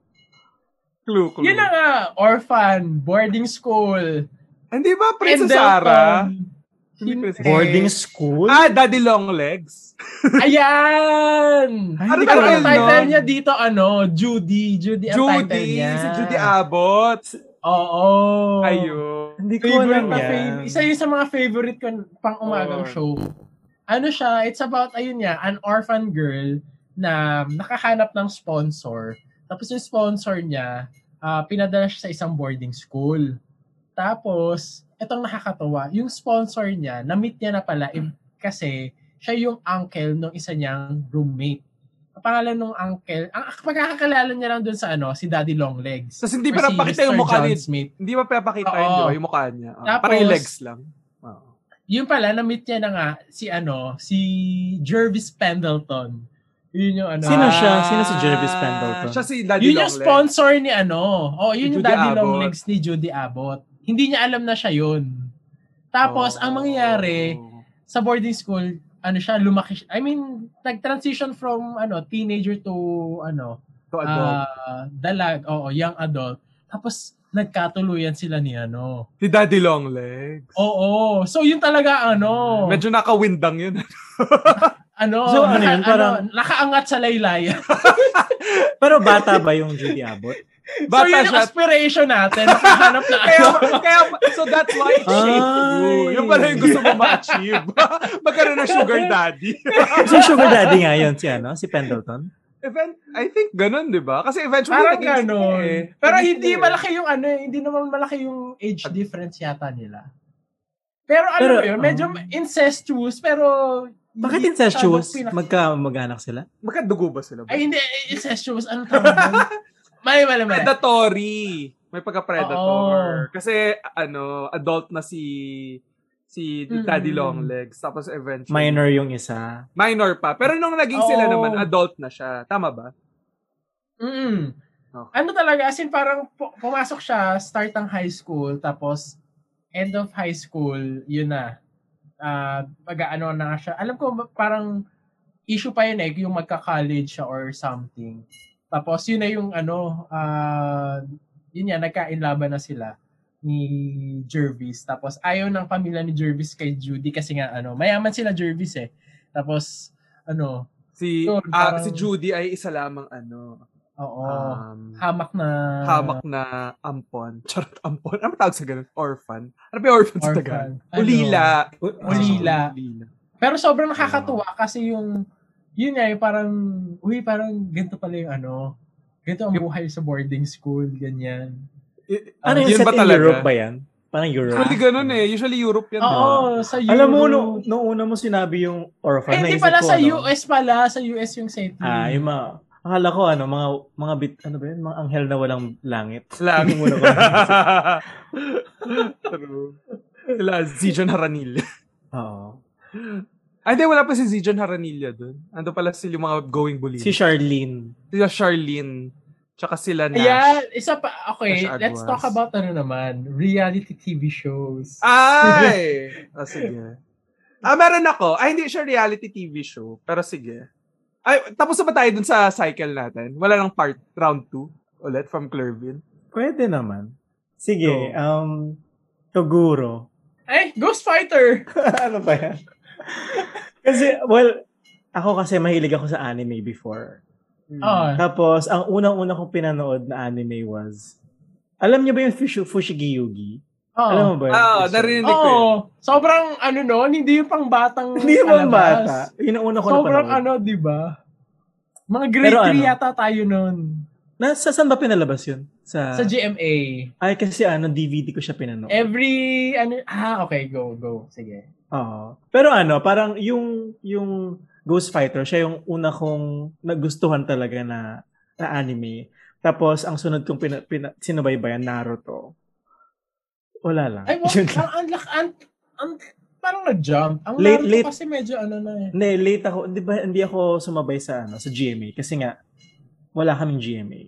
Speaker 2: Clue, clue.
Speaker 1: Yun na nga, orphan, boarding school,
Speaker 2: Hindi ba Princess
Speaker 1: Pendleton.
Speaker 2: Sarah? Hindi
Speaker 1: Hindi.
Speaker 2: Princess
Speaker 3: Boarding school?
Speaker 2: Eh. Ah, Daddy Long Legs.
Speaker 1: Ayan!
Speaker 3: Ay,
Speaker 2: Ano
Speaker 3: hindi ko
Speaker 1: Pero ang
Speaker 2: talaga
Speaker 3: alam
Speaker 2: yun,
Speaker 3: nun.
Speaker 1: title niya dito, ano, Judy. Judy ang title
Speaker 2: Judy,
Speaker 1: niya.
Speaker 2: si Judy Abbott.
Speaker 1: Oo.
Speaker 2: Ayun.
Speaker 3: Hindi ko
Speaker 1: Favorite
Speaker 3: alam
Speaker 1: na
Speaker 3: yan.
Speaker 1: favorite. Isa yun sa mga favorite ko pang umagang
Speaker 2: Oo.
Speaker 1: show. Ano siya, it's about, ayun niya, an orphan girl na nakahanap ng sponsor. Tapos yung sponsor niya, ah, pinadala siya sa isang boarding school. Tapos, itong nakakatawa, yung sponsor niya, na-meet niya na pala eh, kasi siya yung uncle ng isa niyang roommate. Ang pangalan ng uncle, ang pagkakakalala niya lang dun sa ano, si Daddy Longlegs.
Speaker 2: Tapos hindi
Speaker 1: Or
Speaker 2: pa napakita yung
Speaker 1: Mr.
Speaker 2: mukha ni
Speaker 1: John Smith.
Speaker 2: Hindi pa pinapakita
Speaker 1: Oo.
Speaker 2: yun, di ba? Yung mukha niya. Ah,
Speaker 1: Tapos-
Speaker 2: parang yung legs lang. Oo.
Speaker 1: yun pala, na-meet niya na nga si ano, si Jervis Pendleton. Yun yung ano.
Speaker 3: Sino siya?
Speaker 2: Ah,
Speaker 3: Sino si Jervis Pendleton?
Speaker 2: Siya si Daddy
Speaker 1: yun yung
Speaker 2: Longlegs.
Speaker 1: sponsor ni ano. Oh, yun
Speaker 2: Ni
Speaker 1: yung
Speaker 2: Judy
Speaker 1: daddy
Speaker 2: Abbott.
Speaker 1: long legs ni Judy Abbott. Hindi niya alam na siya yun. Tapos, ang mangyayari,
Speaker 2: Oo.
Speaker 1: sa boarding school, ano siya, lumaki siya. I mean, nag-transition from ano, teenager to ano,
Speaker 2: To adult.
Speaker 1: ah dalag, oo, young adult. Tapos, nagkatuluyan sila ni ano.
Speaker 2: si Daddy Longlegs.
Speaker 1: Oo. So, yun talaga ano.
Speaker 2: Medyo nakawindang yun.
Speaker 1: ano,
Speaker 3: So, ano
Speaker 1: naka-
Speaker 3: yun, parang-
Speaker 1: ano, nakaangat sa laylayan.
Speaker 3: Pero bata ba yung Judy Abbott?
Speaker 2: Bata
Speaker 1: so, yun yung
Speaker 2: siya.
Speaker 1: aspiration natin. Nakahanap na
Speaker 2: Kaya,
Speaker 1: ano.
Speaker 2: kaya, so that's why it's
Speaker 1: Ah.
Speaker 2: shaped you.
Speaker 3: Ay.
Speaker 2: Yung pala yung gusto mo ma-achieve. Magkaroon ng sugar daddy.
Speaker 3: Kasi sugar daddy nga yun si, ano, si Pendleton.
Speaker 2: Event, I think ganun, di ba? Kasi eventually,
Speaker 1: Parang
Speaker 2: naging sila
Speaker 1: ganon.
Speaker 2: eh.
Speaker 1: Pero
Speaker 2: Naging
Speaker 1: hindi
Speaker 2: sila eh.
Speaker 1: malaki yung ano, eh, hindi naman malaki yung age difference yata nila. Pero ano
Speaker 3: Pero,
Speaker 1: yun, medyo
Speaker 3: ah.
Speaker 1: incestuous, pero...
Speaker 3: Bakit
Speaker 1: hindi
Speaker 3: incestuous?
Speaker 1: masyadong pinak-
Speaker 3: Magka mag-anak sila?
Speaker 2: Magkadugo ba sila?
Speaker 1: Ay, hindi, eh, incestuous. Ano tawag doon? Mali, mali, mali.
Speaker 2: predatory. May pagka-predator.
Speaker 1: Oo.
Speaker 2: Kasi ano, adult na si si Daddy
Speaker 1: Mm.
Speaker 2: Longlegs tapos eventually
Speaker 3: Minor yung isa.
Speaker 2: minor pa. Pero nung naging sila
Speaker 1: Oo.
Speaker 2: naman, adult na siya. Tama ba?
Speaker 1: Mm.
Speaker 2: Okay.
Speaker 1: Ano talaga, as in parang pu- pumasok siya, start ng high school, tapos end of high school, yun na. Ah, mag-ano na nga siya. Alam ko, ma- parang issue pa yun eh, yung magka-college siya or something. Tapos yun na yung ano, ah, yun yan, nagkainlaban na sila. ni Jervis. Tapos ayaw ng pamilya ni Jervis kay Judy kasi nga ano, mayaman sila Jervis eh. Tapos ano,
Speaker 2: Si
Speaker 1: Yun,
Speaker 2: ah,
Speaker 1: parang-
Speaker 2: si Judy ay isa lamang ano,
Speaker 1: oo, Ah.
Speaker 2: um,
Speaker 1: hamak na
Speaker 2: hamak na ampon. Charot, ampon. Ano tawag sa ganun? Orphan. Ano ba yung orphan, sa Tagalog?
Speaker 1: orphan. Ano?
Speaker 2: Ulila.
Speaker 3: Ano
Speaker 1: Ulila.
Speaker 2: Ah, Ulila.
Speaker 1: Pero sobrang nakakatuwa kasi yung yun nga yung parang uy parang ganito pala yung ano ganito ang buhay sa boarding school ganyan.
Speaker 2: I-
Speaker 3: Ano
Speaker 2: yun
Speaker 3: yung set
Speaker 2: ba
Speaker 3: in
Speaker 2: talaga?
Speaker 3: Europe ba yan? Parang Europe.
Speaker 2: Usually ganun eh. Usually Europe yan.
Speaker 1: Oo, sa Euro.
Speaker 3: Alam mo, nung no, una mo sinabi yung orphan,
Speaker 1: Eh, hindi
Speaker 3: naisip
Speaker 1: pala eh.
Speaker 3: ko,
Speaker 1: sa
Speaker 3: ano,
Speaker 1: US pala, sa US yung setting.
Speaker 3: Ah, yung mga, akala ko ano, mga, mga bit, ano ba yun, mga anghel na walang langit.
Speaker 2: Lang.
Speaker 3: Yung muna ko.
Speaker 2: True. Sila, Zijon Haranilla.
Speaker 3: Oo.
Speaker 2: Ah, hindi, wala pa si Zijon Haranilla dun. Ando pala sila yung mga going bully.
Speaker 3: Si Charlene.
Speaker 2: sila Charlene. Tsaka sila Nash.
Speaker 1: Yeah, isa pa. Okay,
Speaker 2: Nash
Speaker 1: let's
Speaker 2: Aguas.
Speaker 1: talk about ano naman, reality TV shows.
Speaker 2: Ay! ah, sige. Ah, meron ako. Ay, hindi siya reality TV show. Pero sige. Ay, tapos na ba tayo dun sa cycle natin? Wala lang part, round 2 ulit from Clervin.
Speaker 3: Pwede naman. Sige,
Speaker 2: Go.
Speaker 3: um, Toguro.
Speaker 1: Ay, eh, Ghost Fighter!
Speaker 3: ano ba yan? kasi, well, ako kasi mahilig ako sa anime before.
Speaker 1: Oh,
Speaker 3: Tapos, ang unang-una kong pinanood na anime was, alam niyo ba yung Fush- Fushigi Yugi?
Speaker 1: oh.
Speaker 3: Alam mo ba yun?
Speaker 2: Ah,
Speaker 3: Fushigi?
Speaker 2: narinig ko
Speaker 1: Oo,
Speaker 2: yun.
Speaker 1: sobrang ano noon, hindi yung pang batang
Speaker 3: Hindi naman
Speaker 1: palabas.
Speaker 3: bata. Yun ang una ko
Speaker 1: Sobrang
Speaker 3: napanood.
Speaker 1: ano, di ba? Mga grade
Speaker 3: Pero
Speaker 1: 3
Speaker 3: ano?
Speaker 1: yata tayo noon.
Speaker 3: Nasa, saan ba pinalabas yun? Sa,
Speaker 1: Sa GMA.
Speaker 3: ay, kasi ano, DVD ko siya pinanood.
Speaker 1: Every, ano, ah, okay, go, go. Sige.
Speaker 3: Oo. Pero ano, parang yung, yung Ghost Fighter, siya yung una kong nagustuhan talaga na, na anime. Tapos, ang sunod kong pina, pina, sinubaybayan, Naruto. Wala lang.
Speaker 1: Ay, well,
Speaker 3: Yun lang.
Speaker 1: parang unlock, un, un, parang na-jump. Ang
Speaker 3: Late,
Speaker 1: late,
Speaker 3: late.
Speaker 1: kasi medyo ano na eh.
Speaker 3: Hindi, late ako. Hindi, ba, hindi ako sumabay sa, ano, sa GMA. Kasi nga, wala kaming GMA.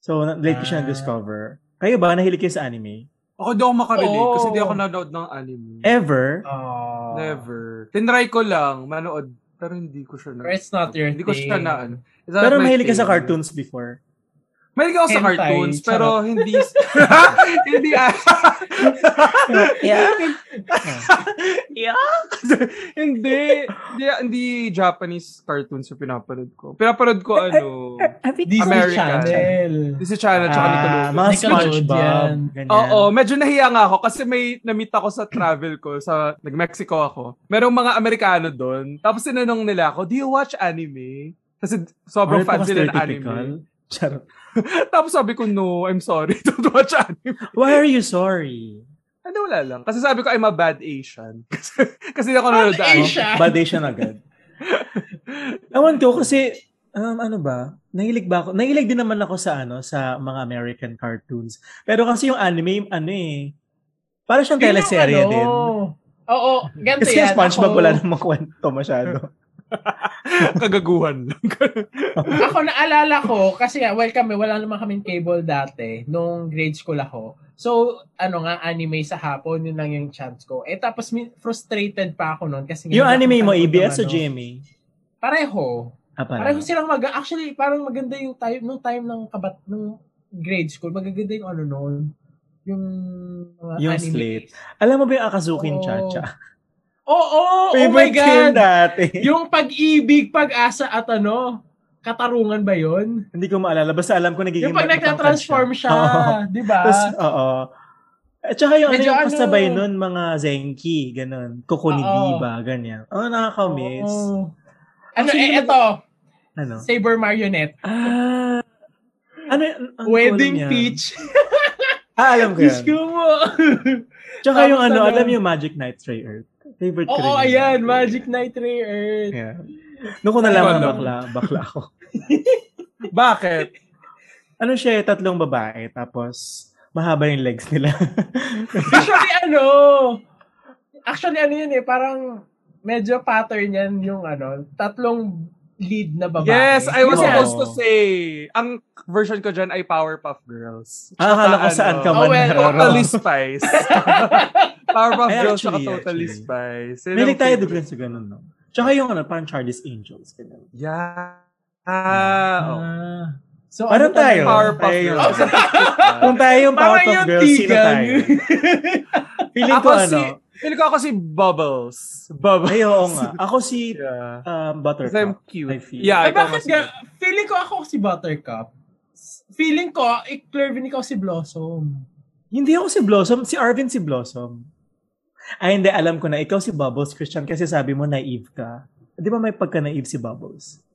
Speaker 3: So, na- late ko siya
Speaker 1: Ah.
Speaker 3: na-discover. Kayo ba, nahilig kayo sa anime?
Speaker 2: Ako di ako makarelate kasi
Speaker 1: Oo.
Speaker 2: di ako nanood ng anime.
Speaker 3: Ever?
Speaker 1: Oh.
Speaker 2: Never. Tinry ko lang manood pero hindi ko siya na.
Speaker 1: Or it's not your
Speaker 2: Hindi ko siya
Speaker 1: thing.
Speaker 2: na ano. It's not
Speaker 3: Pero
Speaker 2: my
Speaker 3: mahilig ka sa
Speaker 2: thing.
Speaker 3: cartoons before.
Speaker 2: Mahilig ako sa
Speaker 1: Hentai,
Speaker 2: cartoons
Speaker 1: charot.
Speaker 2: pero hindi hindi ah,
Speaker 3: Yeah.
Speaker 2: hindi hindi hindi Japanese cartoons yung pinapanood ko. Pinapanood ko ano
Speaker 1: Disney
Speaker 2: American.
Speaker 1: Channel. Ah,
Speaker 2: Disney Channel tsaka Nickelodeon.
Speaker 3: Ah, mga
Speaker 1: Nickelodeon
Speaker 3: SpongeBob.
Speaker 1: yan.
Speaker 3: Ganyan.
Speaker 2: Oo, medyo nahiya nga ako kasi may na-meet ako sa travel ko sa nag-Mexico ako. Merong mga Amerikano doon. Tapos tinanong nila ako, "Do you watch anime?" Kasi sobrang
Speaker 3: Ano to,
Speaker 2: fan sila ng
Speaker 3: stereotypical?
Speaker 2: anime.
Speaker 3: Charot.
Speaker 2: Tapos sabi ko, "No, I'm sorry. Don't watch anime."
Speaker 3: Why are you sorry?
Speaker 2: Ano wala lang. Kasi sabi ko, I'm a bad Asian. kasi, kasi hindi ako nanood ng anime.
Speaker 1: Asian.
Speaker 3: Badation agad. Ewan ko kasi, um, ano ba, nahilig ba ako? Nahilig din naman ako sa ano sa mga American cartoons. Pero kasi yung anime, ano eh, para siyang
Speaker 1: Yun yung
Speaker 3: teleserye
Speaker 1: ano.
Speaker 3: din.
Speaker 1: Oo, ganito
Speaker 3: Kasi
Speaker 1: yan.
Speaker 3: yung Spongebob
Speaker 1: Ako-
Speaker 3: wala namang kwento masyado.
Speaker 2: Kagaguhan lang.
Speaker 1: ako naalala ko, kasi nga, well kami, wala naman kaming cable dati, nung grade school ako. So, ano nga, anime sa hapon, yun lang yung chance ko. Eh, tapos min- frustrated pa ako noon kasi... nga, hindi
Speaker 3: yung
Speaker 1: ako
Speaker 3: anime mo,
Speaker 1: tanggap ng
Speaker 3: ABS o
Speaker 1: ano.
Speaker 3: GMA?
Speaker 1: Pareho.
Speaker 3: Ah, parang.
Speaker 1: Pareho silang mag... Actually, parang maganda yung time, nung time ng kabat, nung grade school, magaganda yung ano noon, yung mga
Speaker 3: Yung
Speaker 1: anime.
Speaker 3: slate. Alam mo ba yung Akazukin
Speaker 1: Oo.
Speaker 3: Chacha?
Speaker 1: Oo, oh, oh, my
Speaker 3: Favorite
Speaker 1: God!
Speaker 3: game dati.
Speaker 1: Yung pag-ibig, pag-asa at ano, katarungan ba yun?
Speaker 3: Hindi ko maalala. Basta alam ko nagiging
Speaker 1: Yung pag
Speaker 3: matangkad
Speaker 1: nagtatransform siya,
Speaker 3: Oo.
Speaker 1: di ba?
Speaker 3: Tapos, oo. At saka yung ano
Speaker 1: Medyo
Speaker 3: yung
Speaker 1: ano-
Speaker 3: kasabay nun, mga Zenki, ganun. Kokoni
Speaker 1: Oo.
Speaker 3: Diba, ganyan. Oh, nakaka-miss.
Speaker 1: Oo. Ano,
Speaker 3: Actually,
Speaker 1: eh,
Speaker 3: naman-
Speaker 1: eto,
Speaker 3: Ano?
Speaker 1: Saber Marionette,
Speaker 3: Ah! Ano, ano, ano
Speaker 1: Wedding Peach,
Speaker 3: Ah, alam ko
Speaker 1: Diyos
Speaker 3: yan.
Speaker 1: ko mo.
Speaker 3: Tsaka yung
Speaker 1: Tapos
Speaker 3: ano,
Speaker 1: ano-
Speaker 3: alam yung Magic Knight Ray Earth. Favorite ko rin.
Speaker 1: Oo,
Speaker 3: yun.
Speaker 1: ayan, Magic Knight Ray Earth.
Speaker 3: Yeah. Noong ko nalaman
Speaker 2: Ayun.
Speaker 3: bakla, bakla ako.
Speaker 2: Bakit?
Speaker 3: Ano siya, eh, tatlong babae, tapos mahaba yung legs nila.
Speaker 1: Actually, ano, actually, ano yun eh, parang medyo pattern yan yung ano, tatlong lead na
Speaker 3: Oh,
Speaker 1: babae.
Speaker 2: Yes, I was
Speaker 3: Oo.
Speaker 2: supposed to say. Ang version ko dyan ay Powerpuff Girls.
Speaker 3: Ah, akala ko
Speaker 2: Tsaka
Speaker 3: saan
Speaker 2: ano,
Speaker 3: ka man
Speaker 1: Oh, well,
Speaker 3: naroroon.
Speaker 2: Totally Spice. Powerpuff
Speaker 3: Ay,
Speaker 2: Girls
Speaker 3: actually,
Speaker 2: saka Totally
Speaker 3: actually.
Speaker 2: Spice. Yun
Speaker 3: Mahilig
Speaker 2: ang
Speaker 3: tayo
Speaker 2: favorite.
Speaker 3: doon sa ganun, no? Tsaka yung ano, parang Charlie's Angels. Ganun.
Speaker 2: Yeah.
Speaker 1: Ah,
Speaker 2: Ah, oh.
Speaker 1: So,
Speaker 3: Parang tayo.
Speaker 2: Powerpuff
Speaker 3: Tayo yun.
Speaker 2: Girls. Ah,
Speaker 3: Kung tayo yung
Speaker 1: Parang
Speaker 3: Powerpuff
Speaker 1: yung
Speaker 3: Girls, sino
Speaker 1: tigan.
Speaker 3: tayo? Feeling ko
Speaker 2: Ako
Speaker 3: ano?
Speaker 2: si- Feel ko ako si Bubbles. Bubbles.
Speaker 3: Ay, oo nga. Ako si
Speaker 2: Yeah.
Speaker 3: um,
Speaker 2: Kasi I'm
Speaker 3: Buttercup. I
Speaker 2: cute.
Speaker 3: feel.
Speaker 2: Yeah,
Speaker 1: Ay,
Speaker 2: Ah, ikaw
Speaker 1: bakit
Speaker 2: mas-
Speaker 1: ga? Feeling ko ako si Buttercup. S- Feeling ko, i-Clervin ikaw si Blossom.
Speaker 3: Hindi ako si Blossom. Si Arvin si Blossom. Ay, hindi. Alam ko na. Ikaw si Bubbles, Christian. Kasi sabi mo, naive ka. Di ba may pagka-naive si Bubbles?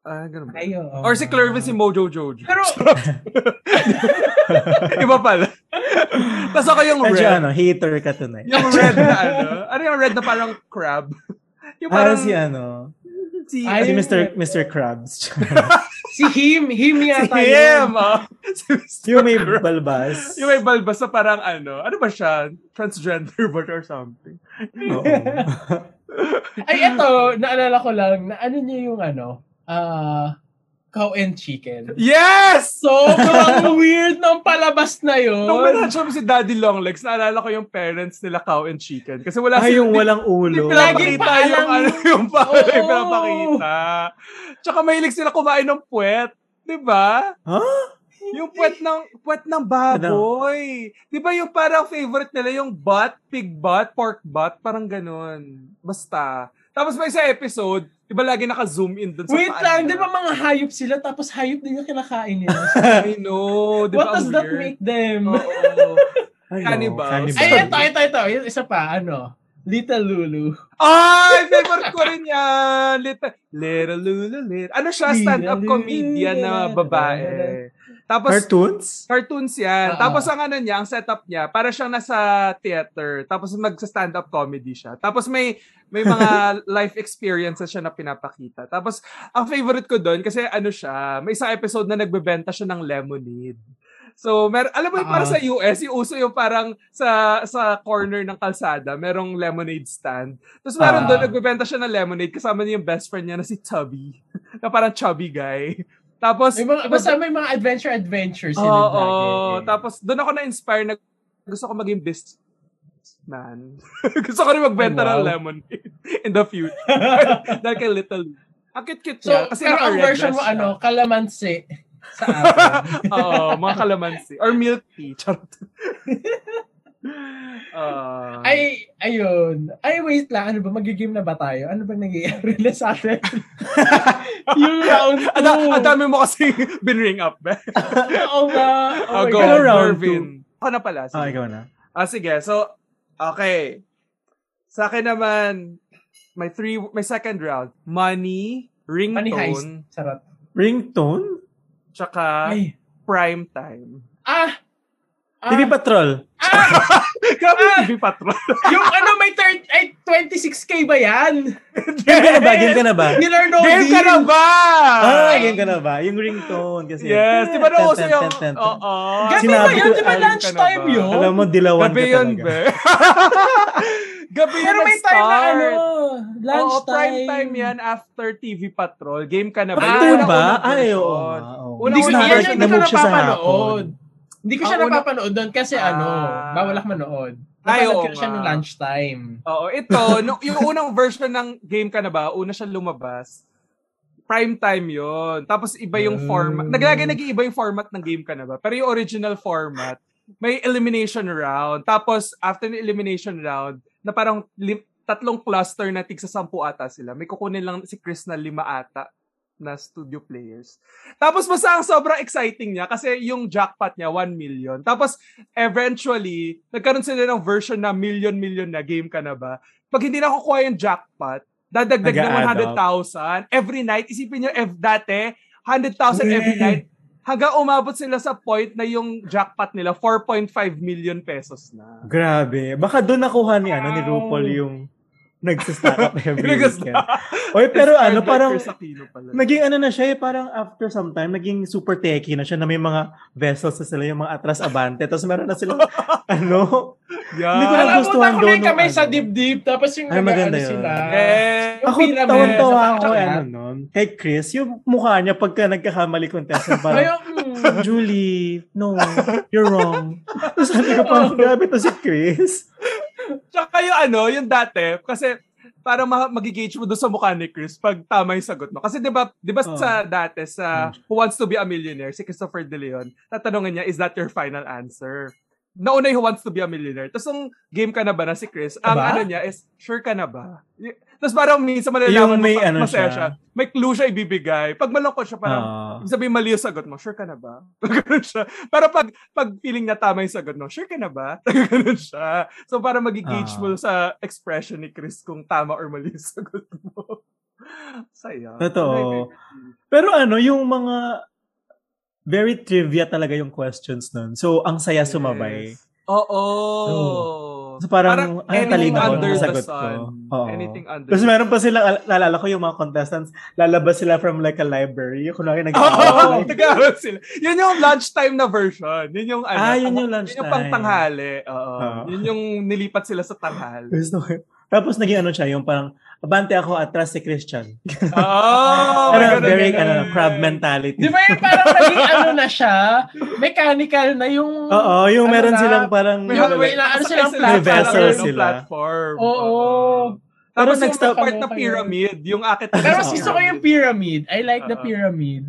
Speaker 2: Ah, ganun ba?
Speaker 1: Ayo.
Speaker 2: Or si Clervin si Mojo Jojo.
Speaker 1: oh. Pero,
Speaker 2: Iba pala. Tapos ako yung
Speaker 3: Medyo
Speaker 2: red.
Speaker 3: ano, hater ka tonight.
Speaker 2: Yung red na ano. Ano yung red na parang crab? Yung
Speaker 3: Parang
Speaker 2: parang
Speaker 3: si ano,
Speaker 2: si,
Speaker 1: Ay,
Speaker 3: si
Speaker 1: Ayun
Speaker 3: Mr.
Speaker 1: nga.
Speaker 3: Mr. Krabs.
Speaker 1: si him, him
Speaker 2: si
Speaker 1: yata
Speaker 2: him. ah. si Mr.
Speaker 3: yung may
Speaker 2: Crab.
Speaker 3: balbas.
Speaker 2: Yung may balbas na parang ano. Ano ba siya? Transgender ba siya or something?
Speaker 3: Oo.
Speaker 1: Ay, eto, naalala ko lang, na ano niyo yung ano, ah, cow and chicken.
Speaker 2: Yes!
Speaker 1: Sobrang weird ng palabas na yun.
Speaker 2: Nung minahal siya si Daddy Longlegs, naalala ko yung parents nila cow and chicken. Kasi wala
Speaker 3: Ay,
Speaker 2: sila-
Speaker 3: Ah, yung walang
Speaker 2: Hindi
Speaker 3: ulo.
Speaker 1: Laging
Speaker 2: pinapakita
Speaker 1: paalam
Speaker 2: yung
Speaker 1: yun.
Speaker 2: ano yung paalam yung
Speaker 1: Oo.
Speaker 2: pinapakita. Tsaka mahilig sila kumain ng puwet. Di ba?
Speaker 3: Ha?
Speaker 2: Yung puwet ng puwet ng baboy.
Speaker 1: Ano?
Speaker 2: Di ba yung parang favorite nila yung butt, pig butt, pork butt, parang ganun. Basta. Tapos may isa episode, di ba lagi naka-zoom in dun sa
Speaker 1: Wait
Speaker 2: paa
Speaker 1: lang,
Speaker 2: niya?
Speaker 1: di ba mga hayop sila, tapos hayop din yung kinakain nila.
Speaker 2: I know. Di ba
Speaker 1: What
Speaker 2: ang
Speaker 1: does that
Speaker 2: weird? Oh.
Speaker 1: make them?
Speaker 2: Oo.
Speaker 3: Ay, no.
Speaker 1: Ay,
Speaker 2: Cannibals. Sorry.
Speaker 1: eto, eto, eto. Yung isa pa, ano, Little Lulu.
Speaker 2: Ay, favorite ko rin yan. Little, little Lulu, little. Ano siya? Stand-up comedian na babae. Tapos,
Speaker 3: Cartoons?
Speaker 2: cartoons yan.
Speaker 1: Oo.
Speaker 2: Tapos ang ano niya, ang setup niya, para siyang nasa theater. Tapos magsa-stand-up comedy siya. Tapos may may mga life experiences siya na pinapakita. Tapos ang favorite ko doon kasi ano siya, may isang episode na nagbebenta siya ng lemonade. So, mer alam mo yung para
Speaker 1: Oo.
Speaker 2: sa US, yung uso yung parang sa sa corner ng kalsada, merong lemonade stand. Tapos meron
Speaker 3: Oo.
Speaker 2: doon, nagbebenta siya ng lemonade kasama niya yung best friend niya na si Chubby. na parang chubby guy. Tapos,
Speaker 1: May mga, basta may mga adventure-adventure sila.
Speaker 2: Oo,
Speaker 1: lagi.
Speaker 2: oo. tapos doon ako na-inspire na gusto ko maging businessman. gusto ko rin magbenta
Speaker 1: Wow.
Speaker 2: ng lemonade in the future. Dahil kay Little. Ang cute-cute
Speaker 1: so,
Speaker 2: niya. Kasi
Speaker 1: pero ang
Speaker 2: naka-red
Speaker 1: version
Speaker 2: dress
Speaker 1: mo,
Speaker 2: siya.
Speaker 1: ano, kalamansi. Sa akin.
Speaker 2: Oo, mga kalamansi. Or milk tea. Charot. Ah.
Speaker 1: Ay, ayun. Ay, wait lang. Ano ba? Magigame na ba tayo? Ano ba nangyayari na sa atin? yung round 2.
Speaker 2: Ang da- ang dami mo kasi binring up. eh.
Speaker 1: Oo nga. Oh
Speaker 2: Oh,
Speaker 1: my
Speaker 2: go,
Speaker 1: God.
Speaker 3: Pero round
Speaker 2: Mervin. Ako na pala. sige.
Speaker 3: Ah, ikaw na.
Speaker 2: Ah, sige. So, okay. Sa akin naman, my three, my second round. Money,
Speaker 1: Money heist.
Speaker 2: ringtone,
Speaker 1: Sarap.
Speaker 3: Ringtone?
Speaker 2: tsaka
Speaker 1: Ay.
Speaker 2: prime time.
Speaker 1: Ah! Ah!
Speaker 3: TV Patrol.
Speaker 1: ah!
Speaker 2: Grabe
Speaker 1: Ah!
Speaker 2: TV Patrol.
Speaker 1: yung ano may third, ay, 26k ba yan?
Speaker 3: Game ka na ba? Game ka na ba?
Speaker 1: Miller no
Speaker 2: Game ka
Speaker 1: deal.
Speaker 2: na ba?
Speaker 3: Ah, game ka na ba? Yung ringtone kasi.
Speaker 2: Yes. Di ba
Speaker 3: Tan,
Speaker 2: nauso
Speaker 3: tan,
Speaker 2: yung...
Speaker 3: tan, tan, tan.
Speaker 2: Oo.
Speaker 1: Gabi
Speaker 3: Sinabi
Speaker 1: ba yun? Di ba
Speaker 3: ko, alam ka
Speaker 1: lunchtime
Speaker 2: na ba?
Speaker 1: yun?
Speaker 3: Alam mo, dilawan
Speaker 2: Gabi
Speaker 3: ka
Speaker 2: yun,
Speaker 3: talaga.
Speaker 2: be. Gabi yun
Speaker 1: Pero may time na ano,
Speaker 2: nag-start.
Speaker 1: lunchtime.
Speaker 2: Oo, prime time yan after TV Patrol. Game ka na ba?
Speaker 1: Ah,
Speaker 3: After
Speaker 2: Yung
Speaker 3: ba?
Speaker 2: unang-unang
Speaker 3: Ay, oo.
Speaker 2: version.
Speaker 3: nga, oo.
Speaker 2: Una-
Speaker 1: Hindi ko,
Speaker 2: una-
Speaker 1: yan
Speaker 2: version
Speaker 1: yung hindi ko
Speaker 3: nabog siya sa
Speaker 1: napapanood.
Speaker 3: hapon.
Speaker 1: Hindi ko siya
Speaker 2: Ang una-
Speaker 1: napapanood doon kasi
Speaker 2: Ah.
Speaker 1: ano, bawal ako manood.
Speaker 2: Ay,
Speaker 1: Napanood
Speaker 2: oo
Speaker 1: ko na siya
Speaker 2: nga.
Speaker 1: nung lunchtime.
Speaker 2: Oo, ito, no, yung unang version ng game ka na ba, una siya lumabas, prime time yon. Tapos iba yung
Speaker 1: Mm.
Speaker 2: format. Naglagay nag-iiba yung format ng game ka na ba. Pero yung original format, may elimination round. Tapos after ng elimination round, na parang lim- tatlong cluster na tigsa sampu ata sila. May kukunin lang si Chris na lima ata na studio players. Tapos basta ang sobrang exciting niya kasi yung jackpot niya 1 million. Tapos eventually, nagkaroon sila ng version na million-million na game ka na ba. Pag hindi nakukuha yung jackpot, dadagdag ng
Speaker 3: Nag-a-add up.
Speaker 2: 100,000 every night. Isipin niyo, ev dati, 100,000 every
Speaker 1: Yeah.
Speaker 2: night. Hanggang umabot sila sa point na yung jackpot nila, 4.5 million pesos na.
Speaker 3: Grabe. Baka doon nakuha ni, ano, ni RuPaul
Speaker 1: Wow.
Speaker 3: yung nagsistack up every
Speaker 2: Nagasta.
Speaker 3: weekend. Oy, pero
Speaker 2: Inspired
Speaker 3: ano,
Speaker 2: by
Speaker 3: parang
Speaker 2: Chris Aquino pala.
Speaker 3: naging ano na siya eh, parang after some time, naging super techie na siya na may mga vessels na sila, yung mga atras-abante. Tapos meron na sila, ano,
Speaker 2: Yeah.
Speaker 3: hindi ko na-
Speaker 1: Alam mo,
Speaker 3: nagustuhan
Speaker 1: ko na yung
Speaker 3: doon
Speaker 1: kamay
Speaker 3: nung
Speaker 1: sa
Speaker 3: ano.
Speaker 1: dibdib, tapos yung
Speaker 3: Ay,
Speaker 1: nag-ano
Speaker 3: maganda yun.
Speaker 1: sila.
Speaker 2: Eh,
Speaker 3: Ako,
Speaker 1: Pyramid.
Speaker 3: tawang-tawa
Speaker 1: Sa
Speaker 3: ako,
Speaker 1: bakla.
Speaker 3: ano nun, kay Chris, yung mukha niya pagka nagkakamali contestant, parang,
Speaker 1: Ayun, mm,
Speaker 3: Julie, no, you're wrong. Tapos sabi ko parang, grabe to si Chris.
Speaker 2: Tsaka yung ano, yung dati, kasi para ma- magigage mo doon sa mukha ni Chris pag tama yung sagot mo. Kasi 'di ba, 'di ba
Speaker 3: Oh. Hmm.
Speaker 2: sa dati sa Who Wants to be a Millionaire, si Christopher De Leon, tatanungin niya, is that your final answer? Nauna yung Who Wants to be a Millionaire. Tapos yung game ka na ba na si Chris, ang
Speaker 3: Aba?
Speaker 2: ano niya is, sure ka na ba? Y- Tapos parang minsan malalaman
Speaker 3: Yung
Speaker 2: mo,
Speaker 3: may
Speaker 2: pa-
Speaker 3: ano
Speaker 2: masaya
Speaker 3: siya.
Speaker 2: siya. May clue siya ibibigay. Pag malungkot siya, parang,
Speaker 3: Ah.
Speaker 2: Ibig sabihin mali yung sagot mo, sure ka na ba? Ganun siya. Para pag, pag feeling na tama yung sagot mo, sure ka na ba? Ganun siya. So para magigage
Speaker 3: Ah.
Speaker 2: mo sa expression ni Chris kung tama or mali yung sagot mo. Saya.
Speaker 3: Ah, Totoo.
Speaker 2: Ay, baby.
Speaker 3: Pero ano, yung mga very trivia talaga yung questions nun. So, ang saya sumabay.
Speaker 2: Yes. Oo.
Speaker 3: So, parang, ah,
Speaker 2: anything
Speaker 1: talino ko
Speaker 2: under
Speaker 1: ng
Speaker 2: the
Speaker 3: sagot ko.
Speaker 2: sun.
Speaker 3: Oo.
Speaker 2: Anything under
Speaker 1: Diba?
Speaker 3: Tapos meron pa silang, al- naalala ko yung mga contestants, lalabas sila from like a library. Yung kunwari nag
Speaker 1: Oh,
Speaker 2: Oo, nag-aaral sila. Yun yung lunchtime na version. Yun yung ano.
Speaker 3: Ah, yun
Speaker 2: ang-
Speaker 3: yung
Speaker 2: Yun
Speaker 3: lunchtime.
Speaker 2: yung pang tanghali. Oo.
Speaker 3: Oo.
Speaker 2: Yun yung nilipat sila sa tanghali.
Speaker 3: Gusto ko. Tapos naging ano siya, yung parang, abante ako, atras si Christian.
Speaker 2: Oh,
Speaker 1: Oh, ganun,
Speaker 3: Pero very,
Speaker 1: ganun.
Speaker 3: ano, crab mentality.
Speaker 1: Di ba yun parang naging ano na siya? Mechanical na yung...
Speaker 3: Oo, yung
Speaker 1: Ano
Speaker 3: meron
Speaker 1: na?
Speaker 3: silang parang,
Speaker 1: May Yun, wait, na- ano silang platform.
Speaker 3: vessel sila.
Speaker 2: Platform.
Speaker 1: Oo.
Speaker 3: Pero
Speaker 2: Tapos yung
Speaker 3: next up-
Speaker 2: part
Speaker 1: ano
Speaker 2: na
Speaker 1: kayo?
Speaker 2: pyramid, yung akit
Speaker 1: Pero
Speaker 3: Oo.
Speaker 1: mas gusto ko yung pyramid. I like the
Speaker 2: Oo.
Speaker 1: pyramid.